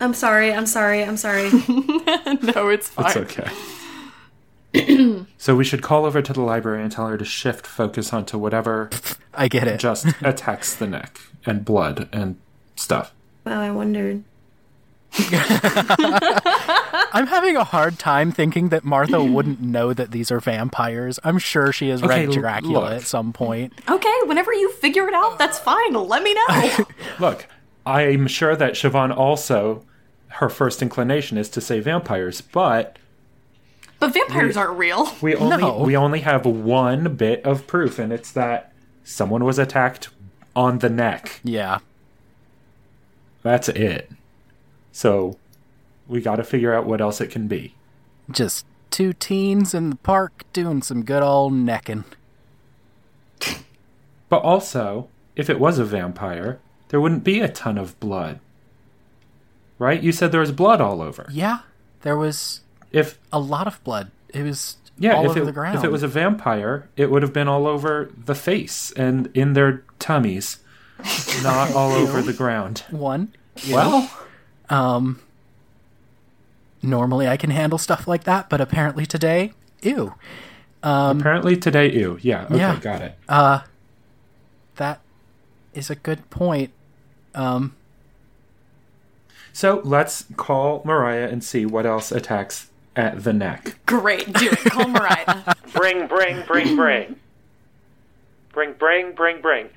Speaker 2: I'm sorry. I'm sorry. I'm sorry.
Speaker 11: no, it's fine.
Speaker 4: It's okay. so we should call over to the library and tell her to shift focus onto whatever
Speaker 3: I get it.
Speaker 4: just attacks the neck and blood and stuff.
Speaker 2: wow, I wondered.
Speaker 3: I'm having a hard time thinking that Martha wouldn't know that these are vampires. I'm sure she has
Speaker 4: Okay,
Speaker 3: read
Speaker 4: l-
Speaker 3: Dracula
Speaker 4: look.
Speaker 3: at some point.
Speaker 11: Okay, whenever you figure it out, that's fine. Let me know.
Speaker 4: Look, I'm sure that Siobhan also, her first inclination is to say vampires, but
Speaker 11: but vampires aren't real.
Speaker 4: we only
Speaker 3: No.
Speaker 4: we only have one bit of proof, and it's that someone was attacked on the neck.
Speaker 3: Yeah.
Speaker 4: That's it. So we got to figure out what else it can be.
Speaker 3: Just two teens in the park doing some good old necking.
Speaker 4: But also, if it was a vampire, there wouldn't be a ton of blood. Right? You said there was blood all over.
Speaker 3: Yeah. There was
Speaker 4: If
Speaker 3: a lot of blood. It was
Speaker 4: yeah,
Speaker 3: all
Speaker 4: if
Speaker 3: over
Speaker 4: it,
Speaker 3: the ground.
Speaker 4: if it was a vampire, it would have been all over the face and in their tummies, not all over the ground.
Speaker 3: one.
Speaker 4: Well,
Speaker 3: Um normally I can handle stuff like that, but apparently today, ew.
Speaker 4: apparently today, ew. Yeah. Okay,
Speaker 3: Um, Yeah. Uh,
Speaker 4: got it.
Speaker 3: That is a good point. Um
Speaker 4: So let's call Mariah and see what else attacks at the neck.
Speaker 11: Great, do it. Call Mariah.
Speaker 12: Bring, bring, bring, bring. Bring, bring, bring, bring.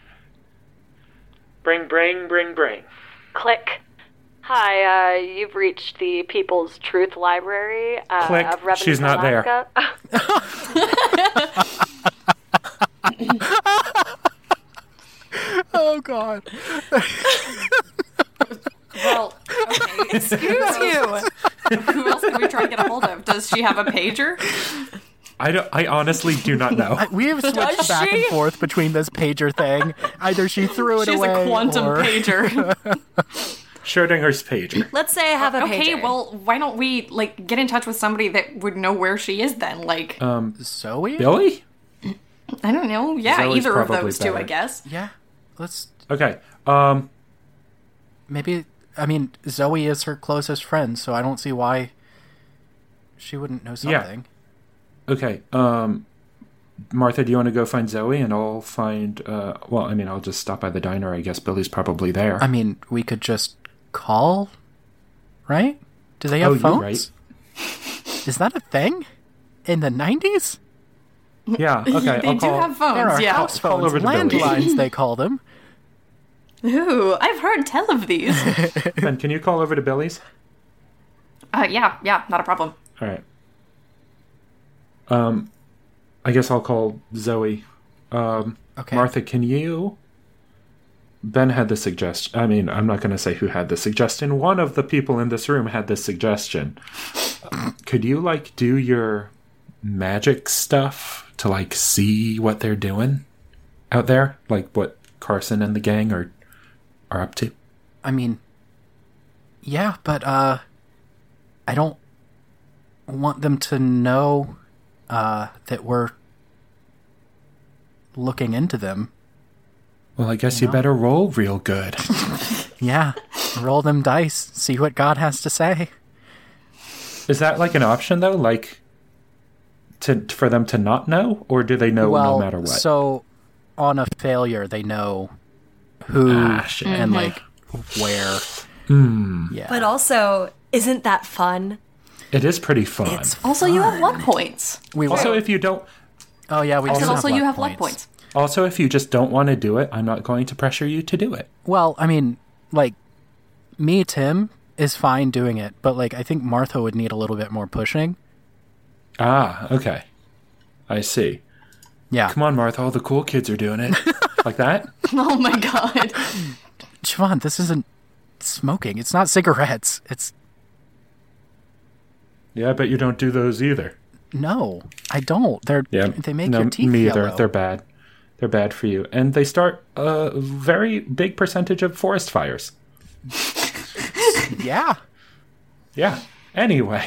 Speaker 12: Bring, bring, bring, bring.
Speaker 5: Click. Hi, uh, you've reached the People's Truth Library uh,
Speaker 4: Click.
Speaker 5: of Revenant,
Speaker 4: She's not there.
Speaker 5: Alaska.
Speaker 3: oh god.
Speaker 1: Well, okay. Excuse you. Who else can we try to get a hold of? Does she have a pager?
Speaker 4: I don't. I honestly do not know.
Speaker 3: We have switched
Speaker 1: Does
Speaker 3: back and
Speaker 1: she?
Speaker 3: forth between this pager thing. Either she threw it
Speaker 1: She's
Speaker 3: away
Speaker 1: a quantum
Speaker 3: or
Speaker 1: pager.
Speaker 4: Schrodinger's pager.
Speaker 2: Let's say I have a
Speaker 1: okay,
Speaker 2: pager.
Speaker 1: well, why don't we like get in touch with somebody that would know where she is then? Like,
Speaker 4: Uh,
Speaker 3: Zoe.
Speaker 4: Billy.
Speaker 1: I don't know. Yeah,
Speaker 4: Zoe's
Speaker 1: either of
Speaker 4: probably
Speaker 1: those two, I
Speaker 4: better.
Speaker 1: guess.
Speaker 3: Yeah. Let's
Speaker 4: Okay. Um.
Speaker 3: maybe. I mean, Zoe is her closest friend, so I don't see why she wouldn't know
Speaker 4: Yeah.
Speaker 3: something.
Speaker 4: Okay. Um. Martha, do you want to go find Zoe, and I'll find? Uh, well, I mean, I'll just stop by the diner. I guess Billy's probably there.
Speaker 3: I mean, we could just call, right? Do they have
Speaker 4: Oh, you're
Speaker 3: phones?
Speaker 4: right.
Speaker 3: Is that a thing? In the nineties,
Speaker 4: yeah. Okay.
Speaker 1: They
Speaker 4: I'll
Speaker 1: do
Speaker 4: call.
Speaker 1: have
Speaker 3: there
Speaker 1: phones,
Speaker 3: are
Speaker 1: yeah.
Speaker 3: house
Speaker 4: Call
Speaker 3: phones,
Speaker 4: over to Billy.
Speaker 3: landlines. they call them.
Speaker 1: Ooh, I've heard tell of these.
Speaker 4: Ben, can you call over to Billy's?
Speaker 1: uh, yeah, yeah, not a problem.
Speaker 4: All right. Um, I guess I'll call Zoe. Um,
Speaker 3: Okay.
Speaker 4: Martha, can you? Ben had the suggestion. I mean, I'm not going to say who had the suggestion. One of the people in this room had this suggestion. Could you like do your magic stuff to like see what they're doing out there, like what Carson and the gang are are up to?
Speaker 3: I mean, yeah, but uh, I don't want them to know uh that we're looking into them.
Speaker 4: Well, I guess you better roll real good.
Speaker 3: Yeah, roll them dice, see what God has to say.
Speaker 4: Is that like an option though? Like to for them to not know, or do they know
Speaker 3: well,
Speaker 4: no matter what?
Speaker 3: so on a failure, they know who
Speaker 4: Ah, shit.
Speaker 3: and like where. Yeah,
Speaker 2: but also, isn't that fun?
Speaker 4: it is pretty fun.
Speaker 3: It's-
Speaker 1: Also, you have luck points.
Speaker 3: we
Speaker 4: Also,
Speaker 3: also,
Speaker 4: if you don't,
Speaker 3: oh yeah, we
Speaker 1: Because also,
Speaker 3: also,
Speaker 1: you have luck points.
Speaker 4: also if you just don't want to do it, I'm not going to pressure you to do it.
Speaker 3: Well, I mean, like me, Tim is fine doing it, but like I think Martha would need a little bit more pushing.
Speaker 4: Ah, okay, I see.
Speaker 3: Yeah,
Speaker 4: Come on, Martha, all the cool kids are doing it, like that.
Speaker 1: Oh my god.
Speaker 3: Siobhan, this isn't smoking. It's not cigarettes. It's
Speaker 4: Yeah, I bet you don't do those either.
Speaker 3: no, I don't. They're
Speaker 4: Yeah,
Speaker 3: they make
Speaker 4: no,
Speaker 3: your teeth
Speaker 4: me either.
Speaker 3: yellow.
Speaker 4: They're bad. They're bad for you, and they start a very big percentage of forest fires.
Speaker 3: Yeah,
Speaker 4: Yeah. Anyway,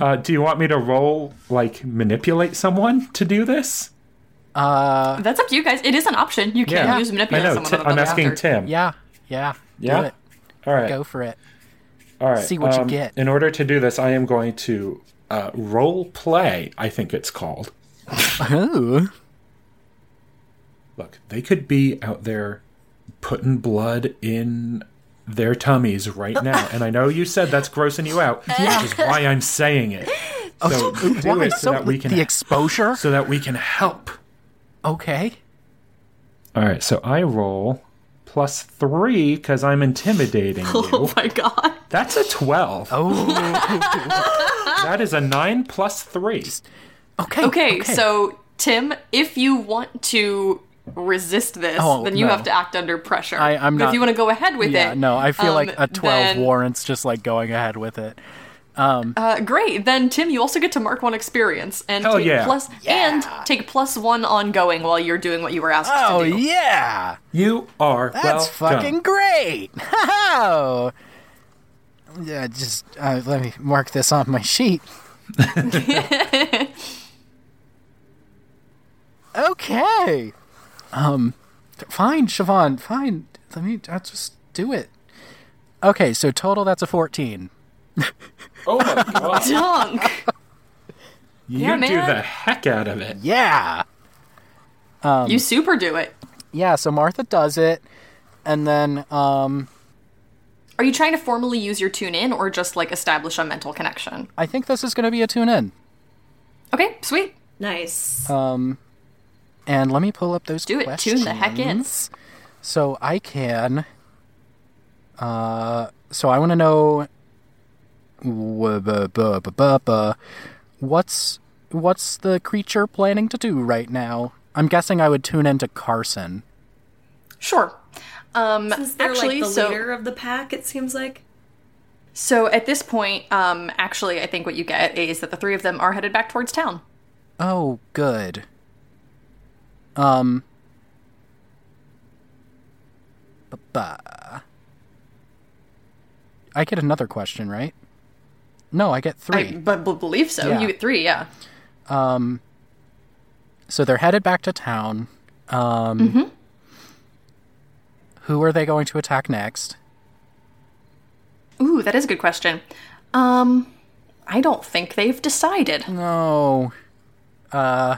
Speaker 4: uh, do you want me to roll, like, manipulate someone to do this?
Speaker 1: That's up to you guys. It is an option. You can
Speaker 4: Yeah.
Speaker 1: use
Speaker 4: I
Speaker 1: manipulate
Speaker 4: know.
Speaker 1: someone.
Speaker 4: Ti-
Speaker 1: on the
Speaker 4: I'm
Speaker 1: other
Speaker 4: asking
Speaker 1: after.
Speaker 4: Tim.
Speaker 3: yeah, yeah.
Speaker 4: Yeah?
Speaker 3: Do it.
Speaker 4: All right.
Speaker 3: Go for it.
Speaker 4: All right. um,
Speaker 3: see what you get.
Speaker 4: In order to do this, I am going to uh, role play, I think it's called.
Speaker 3: Oh,
Speaker 4: Look, they could be out there putting blood in their tummies right now. and I know you said that's grossing you out, which is why I'm saying it. So do
Speaker 3: why
Speaker 4: it so
Speaker 3: Oh, so,
Speaker 4: that we can
Speaker 3: the exposure?
Speaker 4: so that we can help.
Speaker 3: Okay.
Speaker 4: All right, so I roll plus three because I'm intimidating you.
Speaker 1: Oh my god.
Speaker 4: That's a 12.
Speaker 3: Oh,
Speaker 4: That is a 9 plus 3.
Speaker 3: okay.
Speaker 1: Okay, so Tim, if you want to resist this,
Speaker 3: Oh,
Speaker 1: then you
Speaker 3: no.
Speaker 1: have to act under pressure.
Speaker 3: I- I'm
Speaker 1: but
Speaker 3: not-
Speaker 1: if you want to go ahead with
Speaker 3: yeah,
Speaker 1: it,
Speaker 3: no, I feel
Speaker 1: um,
Speaker 3: like a twelve
Speaker 1: then-
Speaker 3: warrants just like going ahead with it.
Speaker 1: Uh, great, then Tim, you also get to mark one experience and
Speaker 4: Hell
Speaker 1: take
Speaker 4: yeah.
Speaker 1: plus- and take plus one ongoing while you're doing what you were asked
Speaker 3: Oh
Speaker 1: to do.
Speaker 3: yeah.
Speaker 4: You are
Speaker 3: That's
Speaker 4: welcome.
Speaker 3: fucking great! Ho! Yeah, just uh, let me mark this on my sheet. okay. Um, fine, Siobhan. Fine. Let me. I'll just do it. Okay, so total that's a fourteen.
Speaker 4: Oh my god.
Speaker 1: Dunk.
Speaker 4: you
Speaker 1: Yeah,
Speaker 4: do
Speaker 1: man.
Speaker 4: the heck out of it.
Speaker 3: Yeah. Um,
Speaker 1: you super do it.
Speaker 3: Yeah. So Martha does it, and then um,
Speaker 1: Are you trying to formally use your tune in or just like establish a mental connection?
Speaker 3: I think this is going to be a tune in.
Speaker 1: Okay, sweet.
Speaker 2: Nice.
Speaker 3: And let me pull up those
Speaker 1: Do it.
Speaker 3: questions.
Speaker 1: Tune the heck in.
Speaker 3: So I can. Uh, so I want to know. wha- bu- bu- bu- bu- bu- What's what's the creature planning to do right now? I'm guessing I would tune into Carson.
Speaker 1: Sure. Um,
Speaker 2: Since they're
Speaker 1: actually,
Speaker 2: like the
Speaker 1: so
Speaker 2: leader of the pack, it seems like.
Speaker 1: so at this point, um, actually, I think what you get is that the three of them are headed back towards town.
Speaker 3: Oh, good. Um. ba-ba. I get another question, right? No, I get three.
Speaker 1: I but, but believe so.
Speaker 3: Yeah.
Speaker 1: You get three, yeah.
Speaker 3: Um, so they're headed back to town. Um, Who are they going to attack next?
Speaker 1: Ooh, that is a good question. Um, I don't think they've decided.
Speaker 3: No. Uh,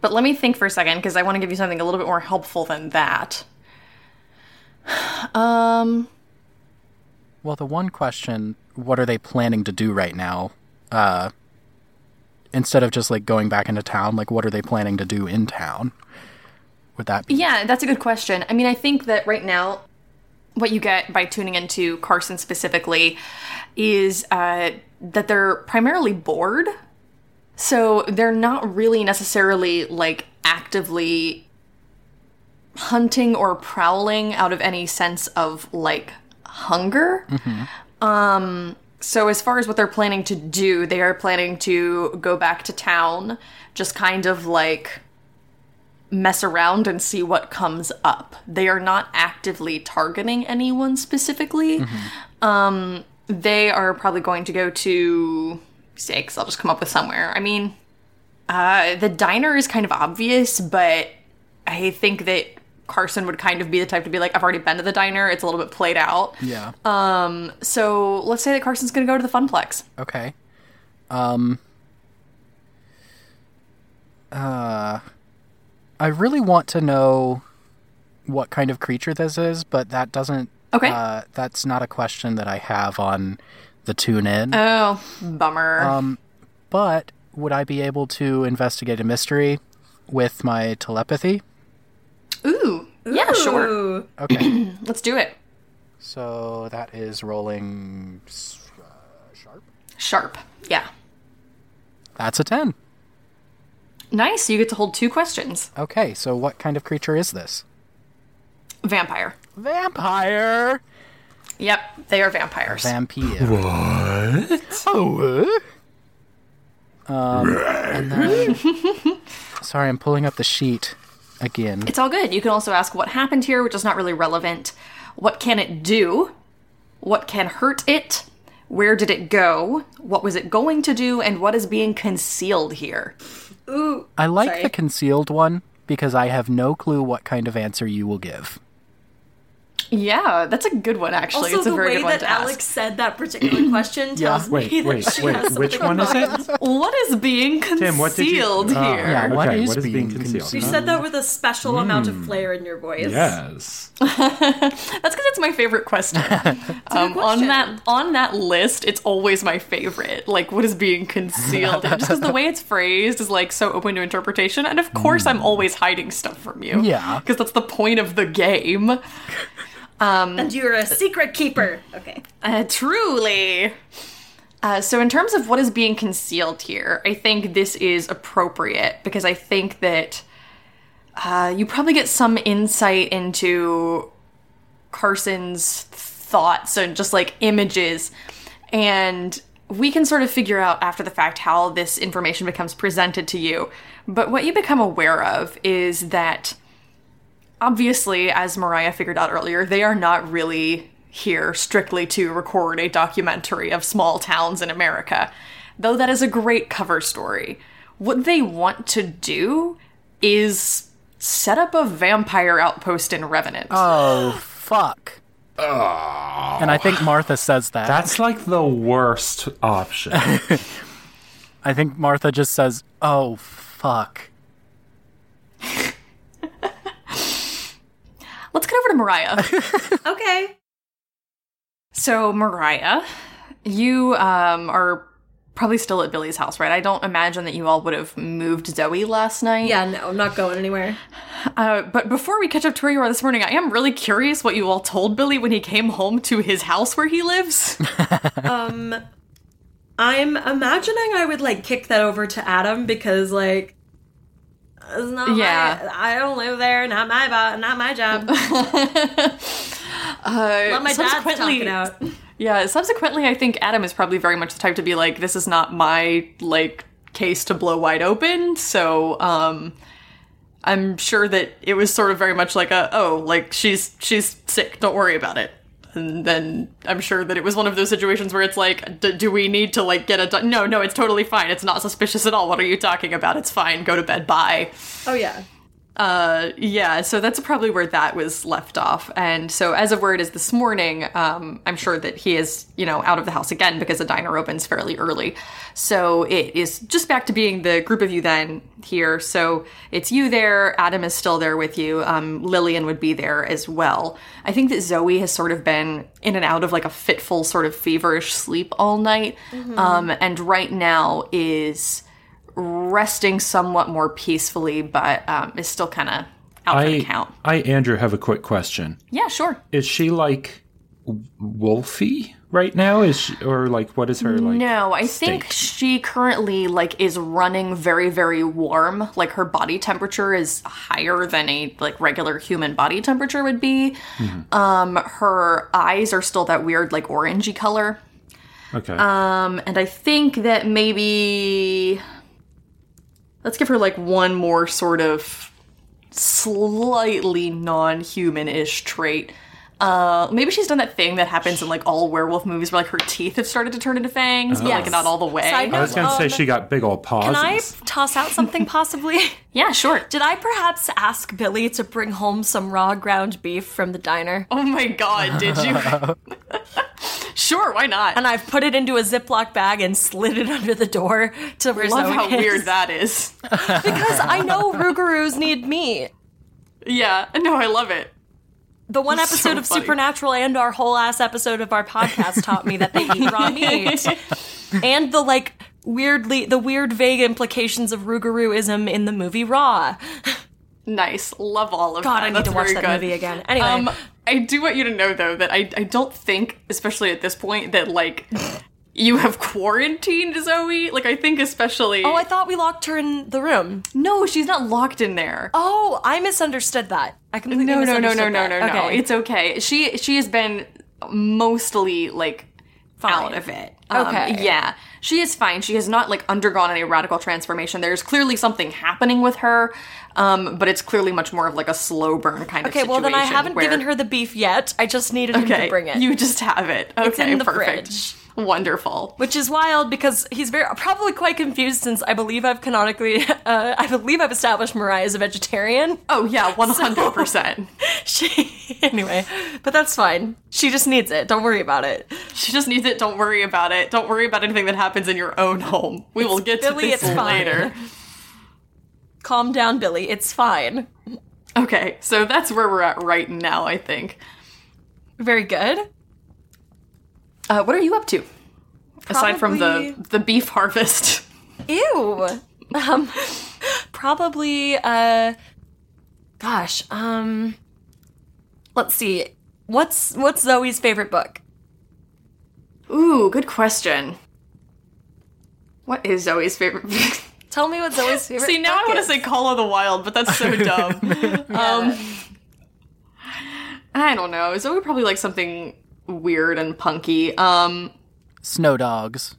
Speaker 1: But let me think for a second because I want to give you something a little bit more helpful than that. Um,
Speaker 3: well, the one question, what are they planning to do right now? Uh, instead of just like going back into town, like what are they planning to do in town? Would that be?
Speaker 1: yeah, that's a good question. I mean, I think that right now, what you get by tuning into Carson specifically is uh, that they're primarily bored. So they're not really necessarily like actively hunting or prowling out of any sense of like hunger. Um, So, as far as what they're planning to do, they are planning to go back to town, just kind of like mess around and see what comes up. They are not actively targeting anyone specifically.
Speaker 3: Mm-hmm.
Speaker 1: Um, they are probably going to go to six. I'll just come up with somewhere. I mean, uh, the diner is kind of obvious, but I think that Carson would kind of be the type to be like, I've already been to the diner. It's a little bit played out.
Speaker 3: Yeah.
Speaker 1: So let's say that Carson's going to go to the Funplex.
Speaker 3: Okay. Um. Uh, I really want to know what kind of creature this is, but that doesn't.
Speaker 1: Okay.
Speaker 3: Uh, that's not a question that I have on the tune in.
Speaker 1: Oh, bummer.
Speaker 3: um, but would I be able to investigate a mystery with my telepathy?
Speaker 1: Ooh, yeah, sure.
Speaker 2: Ooh.
Speaker 3: Okay.
Speaker 1: Let's do it.
Speaker 3: so that is rolling. s- Uh, sharp.
Speaker 1: Sharp. Yeah.
Speaker 3: That's a ten.
Speaker 1: Nice. You get to hold two questions.
Speaker 3: Okay. So what kind of creature is this?
Speaker 1: Vampire.
Speaker 3: Vampire.
Speaker 1: Yep, they are vampires.
Speaker 3: Vampire.
Speaker 6: Oh, uh,
Speaker 3: uh. Um, Sorry, I'm pulling up the sheet again.
Speaker 1: it's all good. You can also ask what happened here, which is not really relevant. What can it do? What can hurt it? Where did it go? What was it going to do? And what is being concealed here?
Speaker 2: Ooh.
Speaker 3: I like
Speaker 2: sorry.
Speaker 3: the concealed one because I have no clue what kind of answer you will give.
Speaker 1: Yeah, that's a good one, actually.
Speaker 2: Also,
Speaker 1: it's a
Speaker 2: the
Speaker 1: very
Speaker 2: way
Speaker 1: good one
Speaker 2: that
Speaker 1: to
Speaker 2: Alex
Speaker 1: ask.
Speaker 2: said that particular question tells
Speaker 4: Wait,
Speaker 2: me that
Speaker 4: wait,
Speaker 2: she
Speaker 4: wait.
Speaker 2: has something
Speaker 4: Which one is
Speaker 2: in
Speaker 4: it?
Speaker 2: mind.
Speaker 1: What is being concealed
Speaker 4: Tim, what did you- Oh,
Speaker 1: here?
Speaker 3: Yeah, what
Speaker 4: okay,
Speaker 3: is
Speaker 4: what is
Speaker 3: being
Speaker 4: being concealed?
Speaker 2: You
Speaker 3: concealed?
Speaker 2: said that with a special amount
Speaker 4: Hmm.
Speaker 2: of flair in your voice.
Speaker 4: Yes.
Speaker 1: That's because it's my favorite question. um, on
Speaker 2: question.
Speaker 1: that on that list, it's always my favorite. Like, what is being concealed? And just because the way it's phrased is like so open to interpretation, and of course,
Speaker 4: Hmm.
Speaker 1: I'm always hiding stuff from you.
Speaker 3: Yeah.
Speaker 1: because that's the point of the game.
Speaker 2: And you're a secret keeper. Okay.
Speaker 1: Uh, truly. Uh, so, in terms of what is being concealed here, I think this is appropriate because I think that uh, you probably get some insight into Carson's thoughts and just like images. And we can sort of figure out after the fact how this information becomes presented to you. But what you become aware of is that obviously, as Mariah figured out earlier, they are not really here strictly to record a documentary of small towns in America, though that is a great cover story. What they want to do is set up a vampire outpost in Revenant.
Speaker 3: Oh, fuck. And I think Martha says that.
Speaker 4: That's like the worst option.
Speaker 3: I think Martha just says, oh, fuck.
Speaker 1: Let's get over to Mariah.
Speaker 2: Okay.
Speaker 1: So, Mariah, you um, are probably still at Billy's house, right? I don't imagine that you all would have moved Zoe last night.
Speaker 2: Yeah, no, I'm not going anywhere.
Speaker 1: Uh, but before we catch up to where you are this morning, I am really curious what you all told Billy when he came home to his house where he lives.
Speaker 2: Um, I'm imagining I would like kick that over to Adam because like it's not
Speaker 1: Yeah. Uh,
Speaker 2: my, I don't live there, not my bo- not my job. Let my dad talk it out.
Speaker 1: Yeah, subsequently, I think Adam is probably very much the type to be like, this is not my, like, case to blow wide open, so, um, I'm sure that it was sort of very much like a, oh, like, she's, she's sick, don't worry about it. And then I'm sure that it was one of those situations where it's like, D- do we need to, like, get a, do- no, no, it's totally fine, it's not suspicious at all, what are you talking about, it's fine, go to bed, bye.
Speaker 2: Oh yeah.
Speaker 1: Uh, yeah, so that's probably where that was left off. And so, as of where it is this morning, um, I'm sure that he is, you know, out of the house again because the diner opens fairly early. So it is just back to being the group of you then here. So it's you there, Adam is still there with you, um, Lillian would be there as well. I think that Zoe has sort of been in and out of like a fitful, sort of feverish sleep all night.
Speaker 13: Mhm.
Speaker 1: Um, and right now is resting somewhat more peacefully, but um, is still kind of out for
Speaker 4: I,
Speaker 1: the count.
Speaker 4: I, Andrew, have a quick question.
Speaker 1: Yeah, sure.
Speaker 4: Is she like w- wolfy right now? Is she, or like what is her like?
Speaker 1: no, I think she currently like is running very, very warm. Like her body temperature is higher than a like regular human body temperature would be. Um, her eyes are still that weird like orangey color.
Speaker 4: Okay.
Speaker 1: Um, and I think that maybe let's give her like one more sort of slightly non-human-ish trait. Uh, maybe she's done that thing that happens in like all werewolf movies where like her teeth have started to turn into fangs, but like
Speaker 2: Yes.
Speaker 1: not all the way.
Speaker 2: Side
Speaker 4: I was gonna say
Speaker 2: um,
Speaker 4: she got big old paws.
Speaker 2: Can I toss out something possibly?
Speaker 1: yeah, sure.
Speaker 2: Did I perhaps ask Billy to bring home some raw ground beef from the diner?
Speaker 1: Oh my god, did you? sure, why not?
Speaker 2: And I've put it into a Ziploc bag and slid it under the door to where
Speaker 1: Love
Speaker 2: Zoe
Speaker 1: how
Speaker 2: is.
Speaker 1: weird that is.
Speaker 2: Because I know Rougarous need meat.
Speaker 1: Yeah, no, I love it.
Speaker 2: The one
Speaker 1: That's so
Speaker 2: episode of
Speaker 1: funny.
Speaker 2: Supernatural and our whole ass episode of our podcast taught me that they eat raw meat. And the like weirdly the weird vague implications of Rougarouism in the movie Raw.
Speaker 1: Nice. Love all of
Speaker 2: God,
Speaker 1: that.
Speaker 2: I need
Speaker 1: That's
Speaker 2: to watch
Speaker 1: very
Speaker 2: that
Speaker 1: good.
Speaker 2: movie again. Anyway.
Speaker 1: Um, I do want you to know though that I, I don't think, especially at this point, that like you have quarantined Zoe. Like I think especially
Speaker 2: Oh, I thought we locked her in the room.
Speaker 1: No, she's not locked in there.
Speaker 2: Oh, I misunderstood that. I completely
Speaker 1: no, no, no,
Speaker 2: misunderstood
Speaker 1: no, no, no,
Speaker 2: that.
Speaker 1: no.
Speaker 2: Okay.
Speaker 1: It's okay. She she has been mostly like out of it. Um,
Speaker 2: Okay.
Speaker 1: Yeah. She is fine. She has not like undergone any radical transformation. There's clearly something happening with her, um, but it's clearly much more of like a slow burn kind of
Speaker 2: Okay,
Speaker 1: situation.
Speaker 2: well then I haven't
Speaker 1: where-
Speaker 2: given her the beef yet. I just needed him
Speaker 1: Okay,
Speaker 2: to bring it.
Speaker 1: You just have it. Okay,
Speaker 2: It's in the
Speaker 1: perfect. Wonderful.
Speaker 2: which is wild because he's very probably quite confused since I believe I've canonically uh, I believe I've established Mariah is a vegetarian.
Speaker 1: Oh yeah, one hundred percent.
Speaker 2: She anyway, but that's fine. She just needs it. Don't worry about it.
Speaker 1: She just needs it. Don't worry about it. Don't worry about anything that happens in your own home. We will get
Speaker 2: Billy,
Speaker 1: to this
Speaker 2: it's fine.
Speaker 1: later.
Speaker 2: Calm down, Billy. It's fine.
Speaker 1: Okay, so that's where we're at right now. I think.
Speaker 2: Very good.
Speaker 1: Uh, what are you up to? Aside from the
Speaker 2: Probably-
Speaker 1: the beef harvest.
Speaker 2: Ew. Um, probably. Uh, gosh. Um, let's see. What's what's Zoe's favorite book?
Speaker 1: Ooh, good question. What is Zoe's favorite?
Speaker 2: Tell me what Zoe's favorite.
Speaker 1: See, now I
Speaker 2: book
Speaker 1: want to
Speaker 2: is.
Speaker 1: say Call of the Wild, but that's so dumb. um, I don't know. Zoe probably likes something weird and punky. Um,
Speaker 3: Snow dogs.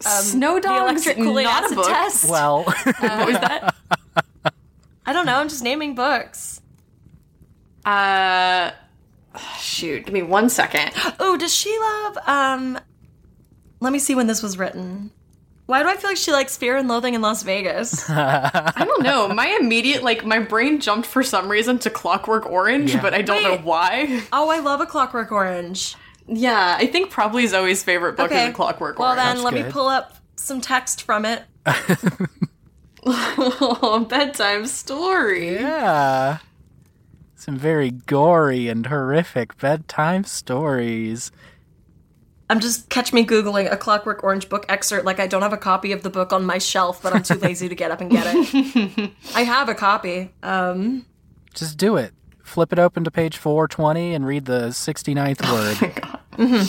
Speaker 1: Snow Dogs,
Speaker 2: Um, the electric cooling
Speaker 1: not
Speaker 2: acid
Speaker 1: a book.
Speaker 2: test.
Speaker 3: Well,
Speaker 1: What was that?
Speaker 2: I don't know. I'm just naming books.
Speaker 1: Uh, shoot, give me one second.
Speaker 2: Oh, does she love? Um, let me see when this was written. Why do I feel like she likes Fear and Loathing in Las Vegas?
Speaker 1: I don't know. My immediate, like, my brain jumped for some reason to Clockwork Orange, but I don't know why.
Speaker 2: oh, I love A Clockwork Orange.
Speaker 1: Yeah, I think probably Zoe's favorite book is
Speaker 2: Okay.
Speaker 1: A Clockwork
Speaker 2: Well,
Speaker 1: Orange.
Speaker 2: then let me
Speaker 3: good.
Speaker 2: pull up some text from it.
Speaker 1: oh, bedtime story.
Speaker 3: yeah. Some very gory and horrific bedtime stories.
Speaker 2: I'm just catch me googling a Clockwork Orange book excerpt. Like I don't have a copy of the book on my shelf, but I'm too lazy to get up and get it. I have a copy. Um,
Speaker 3: Just do it. Flip it open to page 420 and read the 69th word.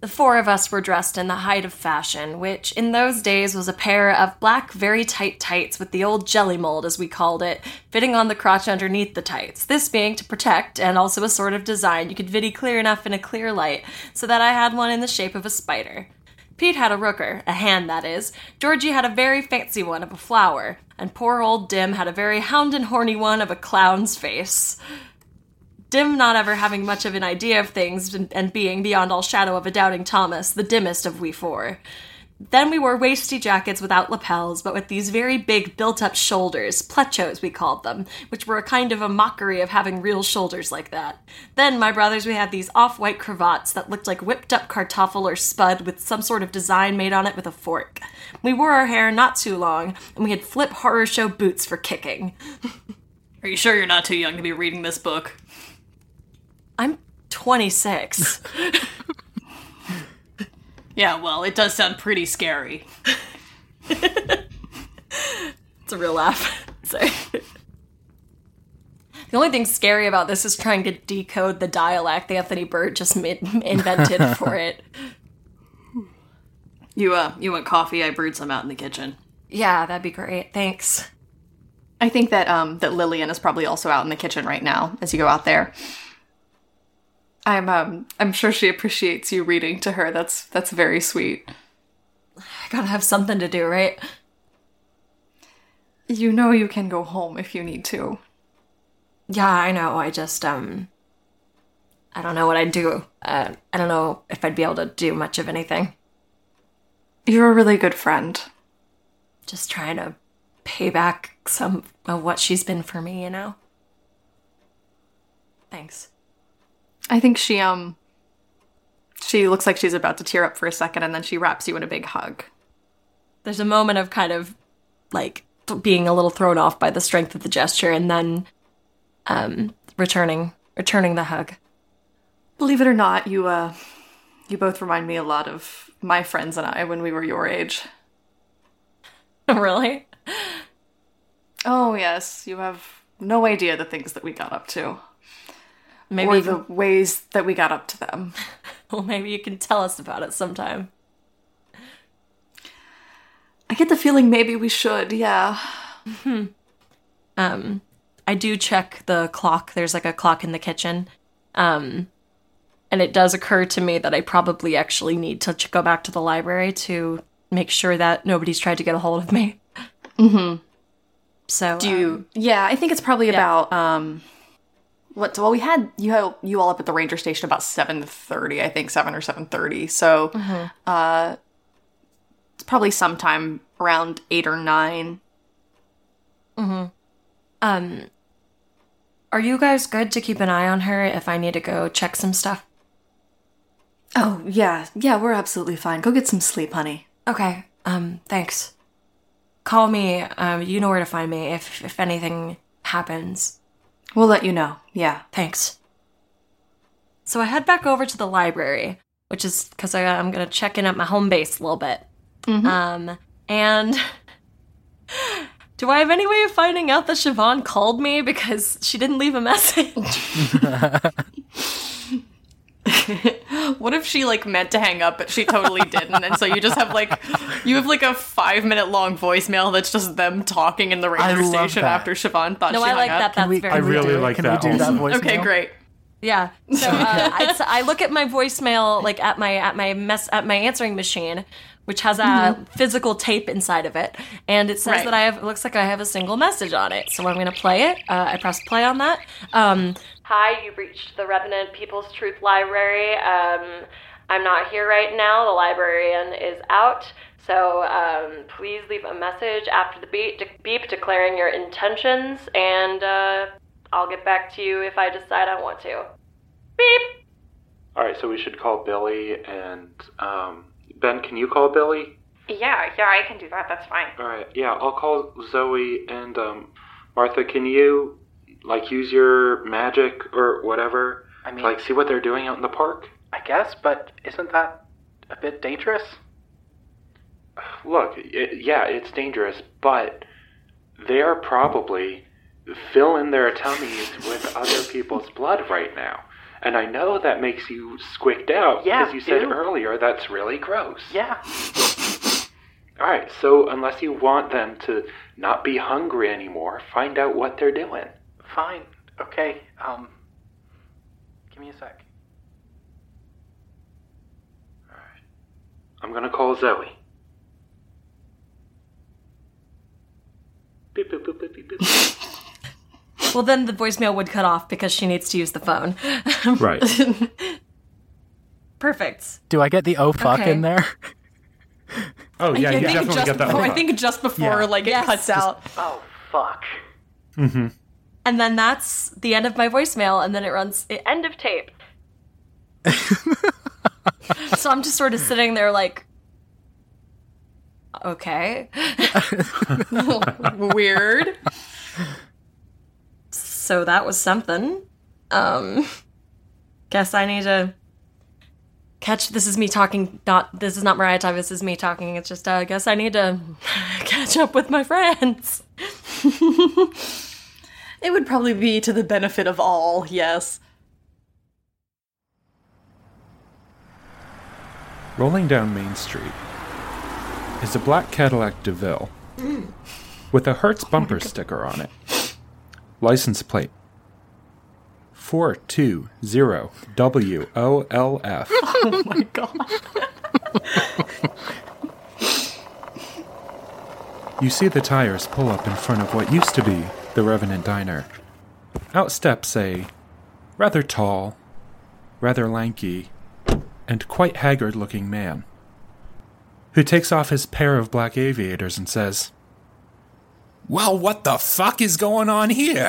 Speaker 2: The four of us were dressed in the height of fashion, which in those days was a pair of black, very tight tights with the old jelly mold, as we called it, fitting on the crotch underneath the tights. This being to protect and also a sort of design you could viddy clear enough in a clear light, so that I had one in the shape of a spider. Pete had a rooker, a hand that is. Georgie had a very fancy one of a flower, and poor old Dim had a very hound and horny one of a clown's face. Dim not ever having much of an idea of things and, and being beyond all shadow of a doubting Thomas, the dimmest of we four. Then we wore waisty jackets without lapels, but with these very big built up shoulders, plechos we called them, which were a kind of a mockery of having real shoulders like that. Then, my brothers, we had these off white cravats that looked like whipped up cartoffel or spud with some sort of design made on it with a fork. We wore our hair not too long, and we had flip horror show boots for kicking.
Speaker 14: Are you sure you're not too young to be reading this book?
Speaker 2: I'm 26.
Speaker 14: Yeah, well, it does sound pretty scary.
Speaker 2: It's a real laugh. Sorry. The only thing scary about this is trying to decode the dialect Anthony Burt just mid- invented for it.
Speaker 14: You uh, you want coffee? I brewed some out in the kitchen.
Speaker 2: Yeah, that'd be great. Thanks.
Speaker 1: I think that um that Lillian is probably also out in the kitchen right now as you go out there. I'm um I'm sure she appreciates you reading to her. That's that's very sweet.
Speaker 2: I gotta have something to do, right?
Speaker 1: You know you can go home if you need to.
Speaker 2: Yeah, I know. I just um, I don't know what I'd do. Uh, I don't know if I'd be able to do much of anything.
Speaker 1: You're a really good friend.
Speaker 2: Just trying to pay back some of what she's been for me, you know. Thanks.
Speaker 1: I think she um she looks like she's about to tear up for a second and then she wraps you in a big hug.
Speaker 2: there's a moment of kind of like th- being a little thrown off by the strength of the gesture and then um returning returning the hug
Speaker 1: Believe it or not, you uh you both remind me a lot of my friends and I when we were your age.
Speaker 2: really
Speaker 1: Oh yes, you have no idea the things that we got up to.
Speaker 2: maybe
Speaker 1: or
Speaker 2: you
Speaker 1: the
Speaker 2: can-
Speaker 1: ways that we got up to them.
Speaker 2: well, maybe you can tell us about it sometime
Speaker 1: I get the feeling maybe we should, yeah.
Speaker 2: um i do check the clock there's like a clock in the kitchen um and it does occur to me that i probably actually need to ch- go back to the library to make sure that nobody's tried to get a hold of me mm-hmm so um,
Speaker 1: Do you Um, Yeah, I think it's probably about um what well we had you had you all up at the ranger station about 7:30, I think 7 or 7:30. So uh it's probably sometime around 8 or 9.
Speaker 2: Um, are you guys good to keep an eye on her if I need to go check some stuff?
Speaker 1: Oh, yeah. Yeah, we're absolutely fine. Go get some sleep, honey.
Speaker 2: Okay. Um, thanks. Call me. Um, you know where to find me if if anything happens.
Speaker 1: We'll let you know. Yeah.
Speaker 2: Thanks. So I head back over to the library, which is because I'm gonna check in at my home base a little bit. Um, and do I have any way of finding out that Siobhan called me because she didn't leave a message?
Speaker 1: What if she like meant to hang up but she totally didn't and so you just have like you have like a 5 minute long voicemail that's just them talking in the ranger
Speaker 3: love
Speaker 1: station
Speaker 3: that.
Speaker 1: after Siobhan thought
Speaker 2: no,
Speaker 1: she
Speaker 2: I
Speaker 1: hung
Speaker 2: like
Speaker 1: up.
Speaker 2: that. That's
Speaker 3: Can we,
Speaker 2: very
Speaker 3: can we
Speaker 15: really
Speaker 3: do-
Speaker 15: like
Speaker 3: can
Speaker 15: that
Speaker 3: we do that
Speaker 15: also.
Speaker 3: voicemail?
Speaker 1: Okay, great.
Speaker 2: Yeah. So uh, I, so I look at my voicemail, like at my at my mess at my answering machine, which has a physical tape inside of it, and it says
Speaker 1: Right.
Speaker 2: that I have. It looks like I have a single message on it. So I'm gonna play it. Uh, I press play on that. Um,
Speaker 16: Hi, you've reached the Revenant People's Truth Library. Um, I'm not here right now. The librarian is out. So um, please leave a message after the beep, beep declaring your intentions, and uh, I'll get back to you if I decide I want to. Beep!
Speaker 4: All right, so we should call Billy and um, Ben. Can you call Billy?
Speaker 17: Yeah, yeah, I can do that. That's fine.
Speaker 4: All right, yeah, I'll call Zoe and um, Martha. Can you like use your magic or whatever?
Speaker 18: I mean-
Speaker 4: to, like see what they're doing out in the park.
Speaker 18: I guess, but isn't that a bit dangerous?
Speaker 4: Look, i yeah, it's dangerous, but they are probably filling their tummies with other people's blood right now.
Speaker 19: And I know that makes you squicked out
Speaker 20: Yeah,
Speaker 19: because you said
Speaker 20: ew.
Speaker 19: earlier that's really gross.
Speaker 20: Yeah.
Speaker 19: All right, so unless you want them to not be hungry anymore, find out what they're doing.
Speaker 20: Fine. Okay. Um. Give me a sec.
Speaker 19: I'm gonna call Zoe. Beep, boop, boop, boop, beep, boop.
Speaker 2: Well, then the voicemail would cut off because she needs to use the phone.
Speaker 4: Right.
Speaker 2: Perfect.
Speaker 3: Do I get the oh fuck
Speaker 2: Okay.
Speaker 3: in there?
Speaker 4: Oh
Speaker 2: I
Speaker 4: yeah, you
Speaker 2: think
Speaker 4: definitely
Speaker 2: just
Speaker 4: get that.
Speaker 2: before-
Speaker 4: one.
Speaker 2: I think
Speaker 13: just
Speaker 2: before,
Speaker 4: Yeah.
Speaker 2: like, it cuts out.
Speaker 20: Oh fuck.
Speaker 4: Mm-hmm.
Speaker 2: And then that's the end of my voicemail, and then it runs it, end of tape. so I'm just sort of sitting there like, okay.
Speaker 13: Weird.
Speaker 2: So that was something. Um, guess I need to catch. This is me talking. Not this is not Mariah talking. This is me talking. It's just. Uh, I guess I need to catch up with my friends.
Speaker 13: It would probably be to the benefit of all, yes.
Speaker 4: Rolling down Main Street is a black Cadillac DeVille with a Hertz
Speaker 5: Oh
Speaker 4: bumper sticker on it. License plate 420WOLF.
Speaker 5: Oh my god.
Speaker 4: You see the tires pull up in front of what used to be the Revenant Diner. Out steps a rather tall, rather lanky, and quite haggard looking man, who takes off his pair of black aviators and says, Well, what the fuck is going on here?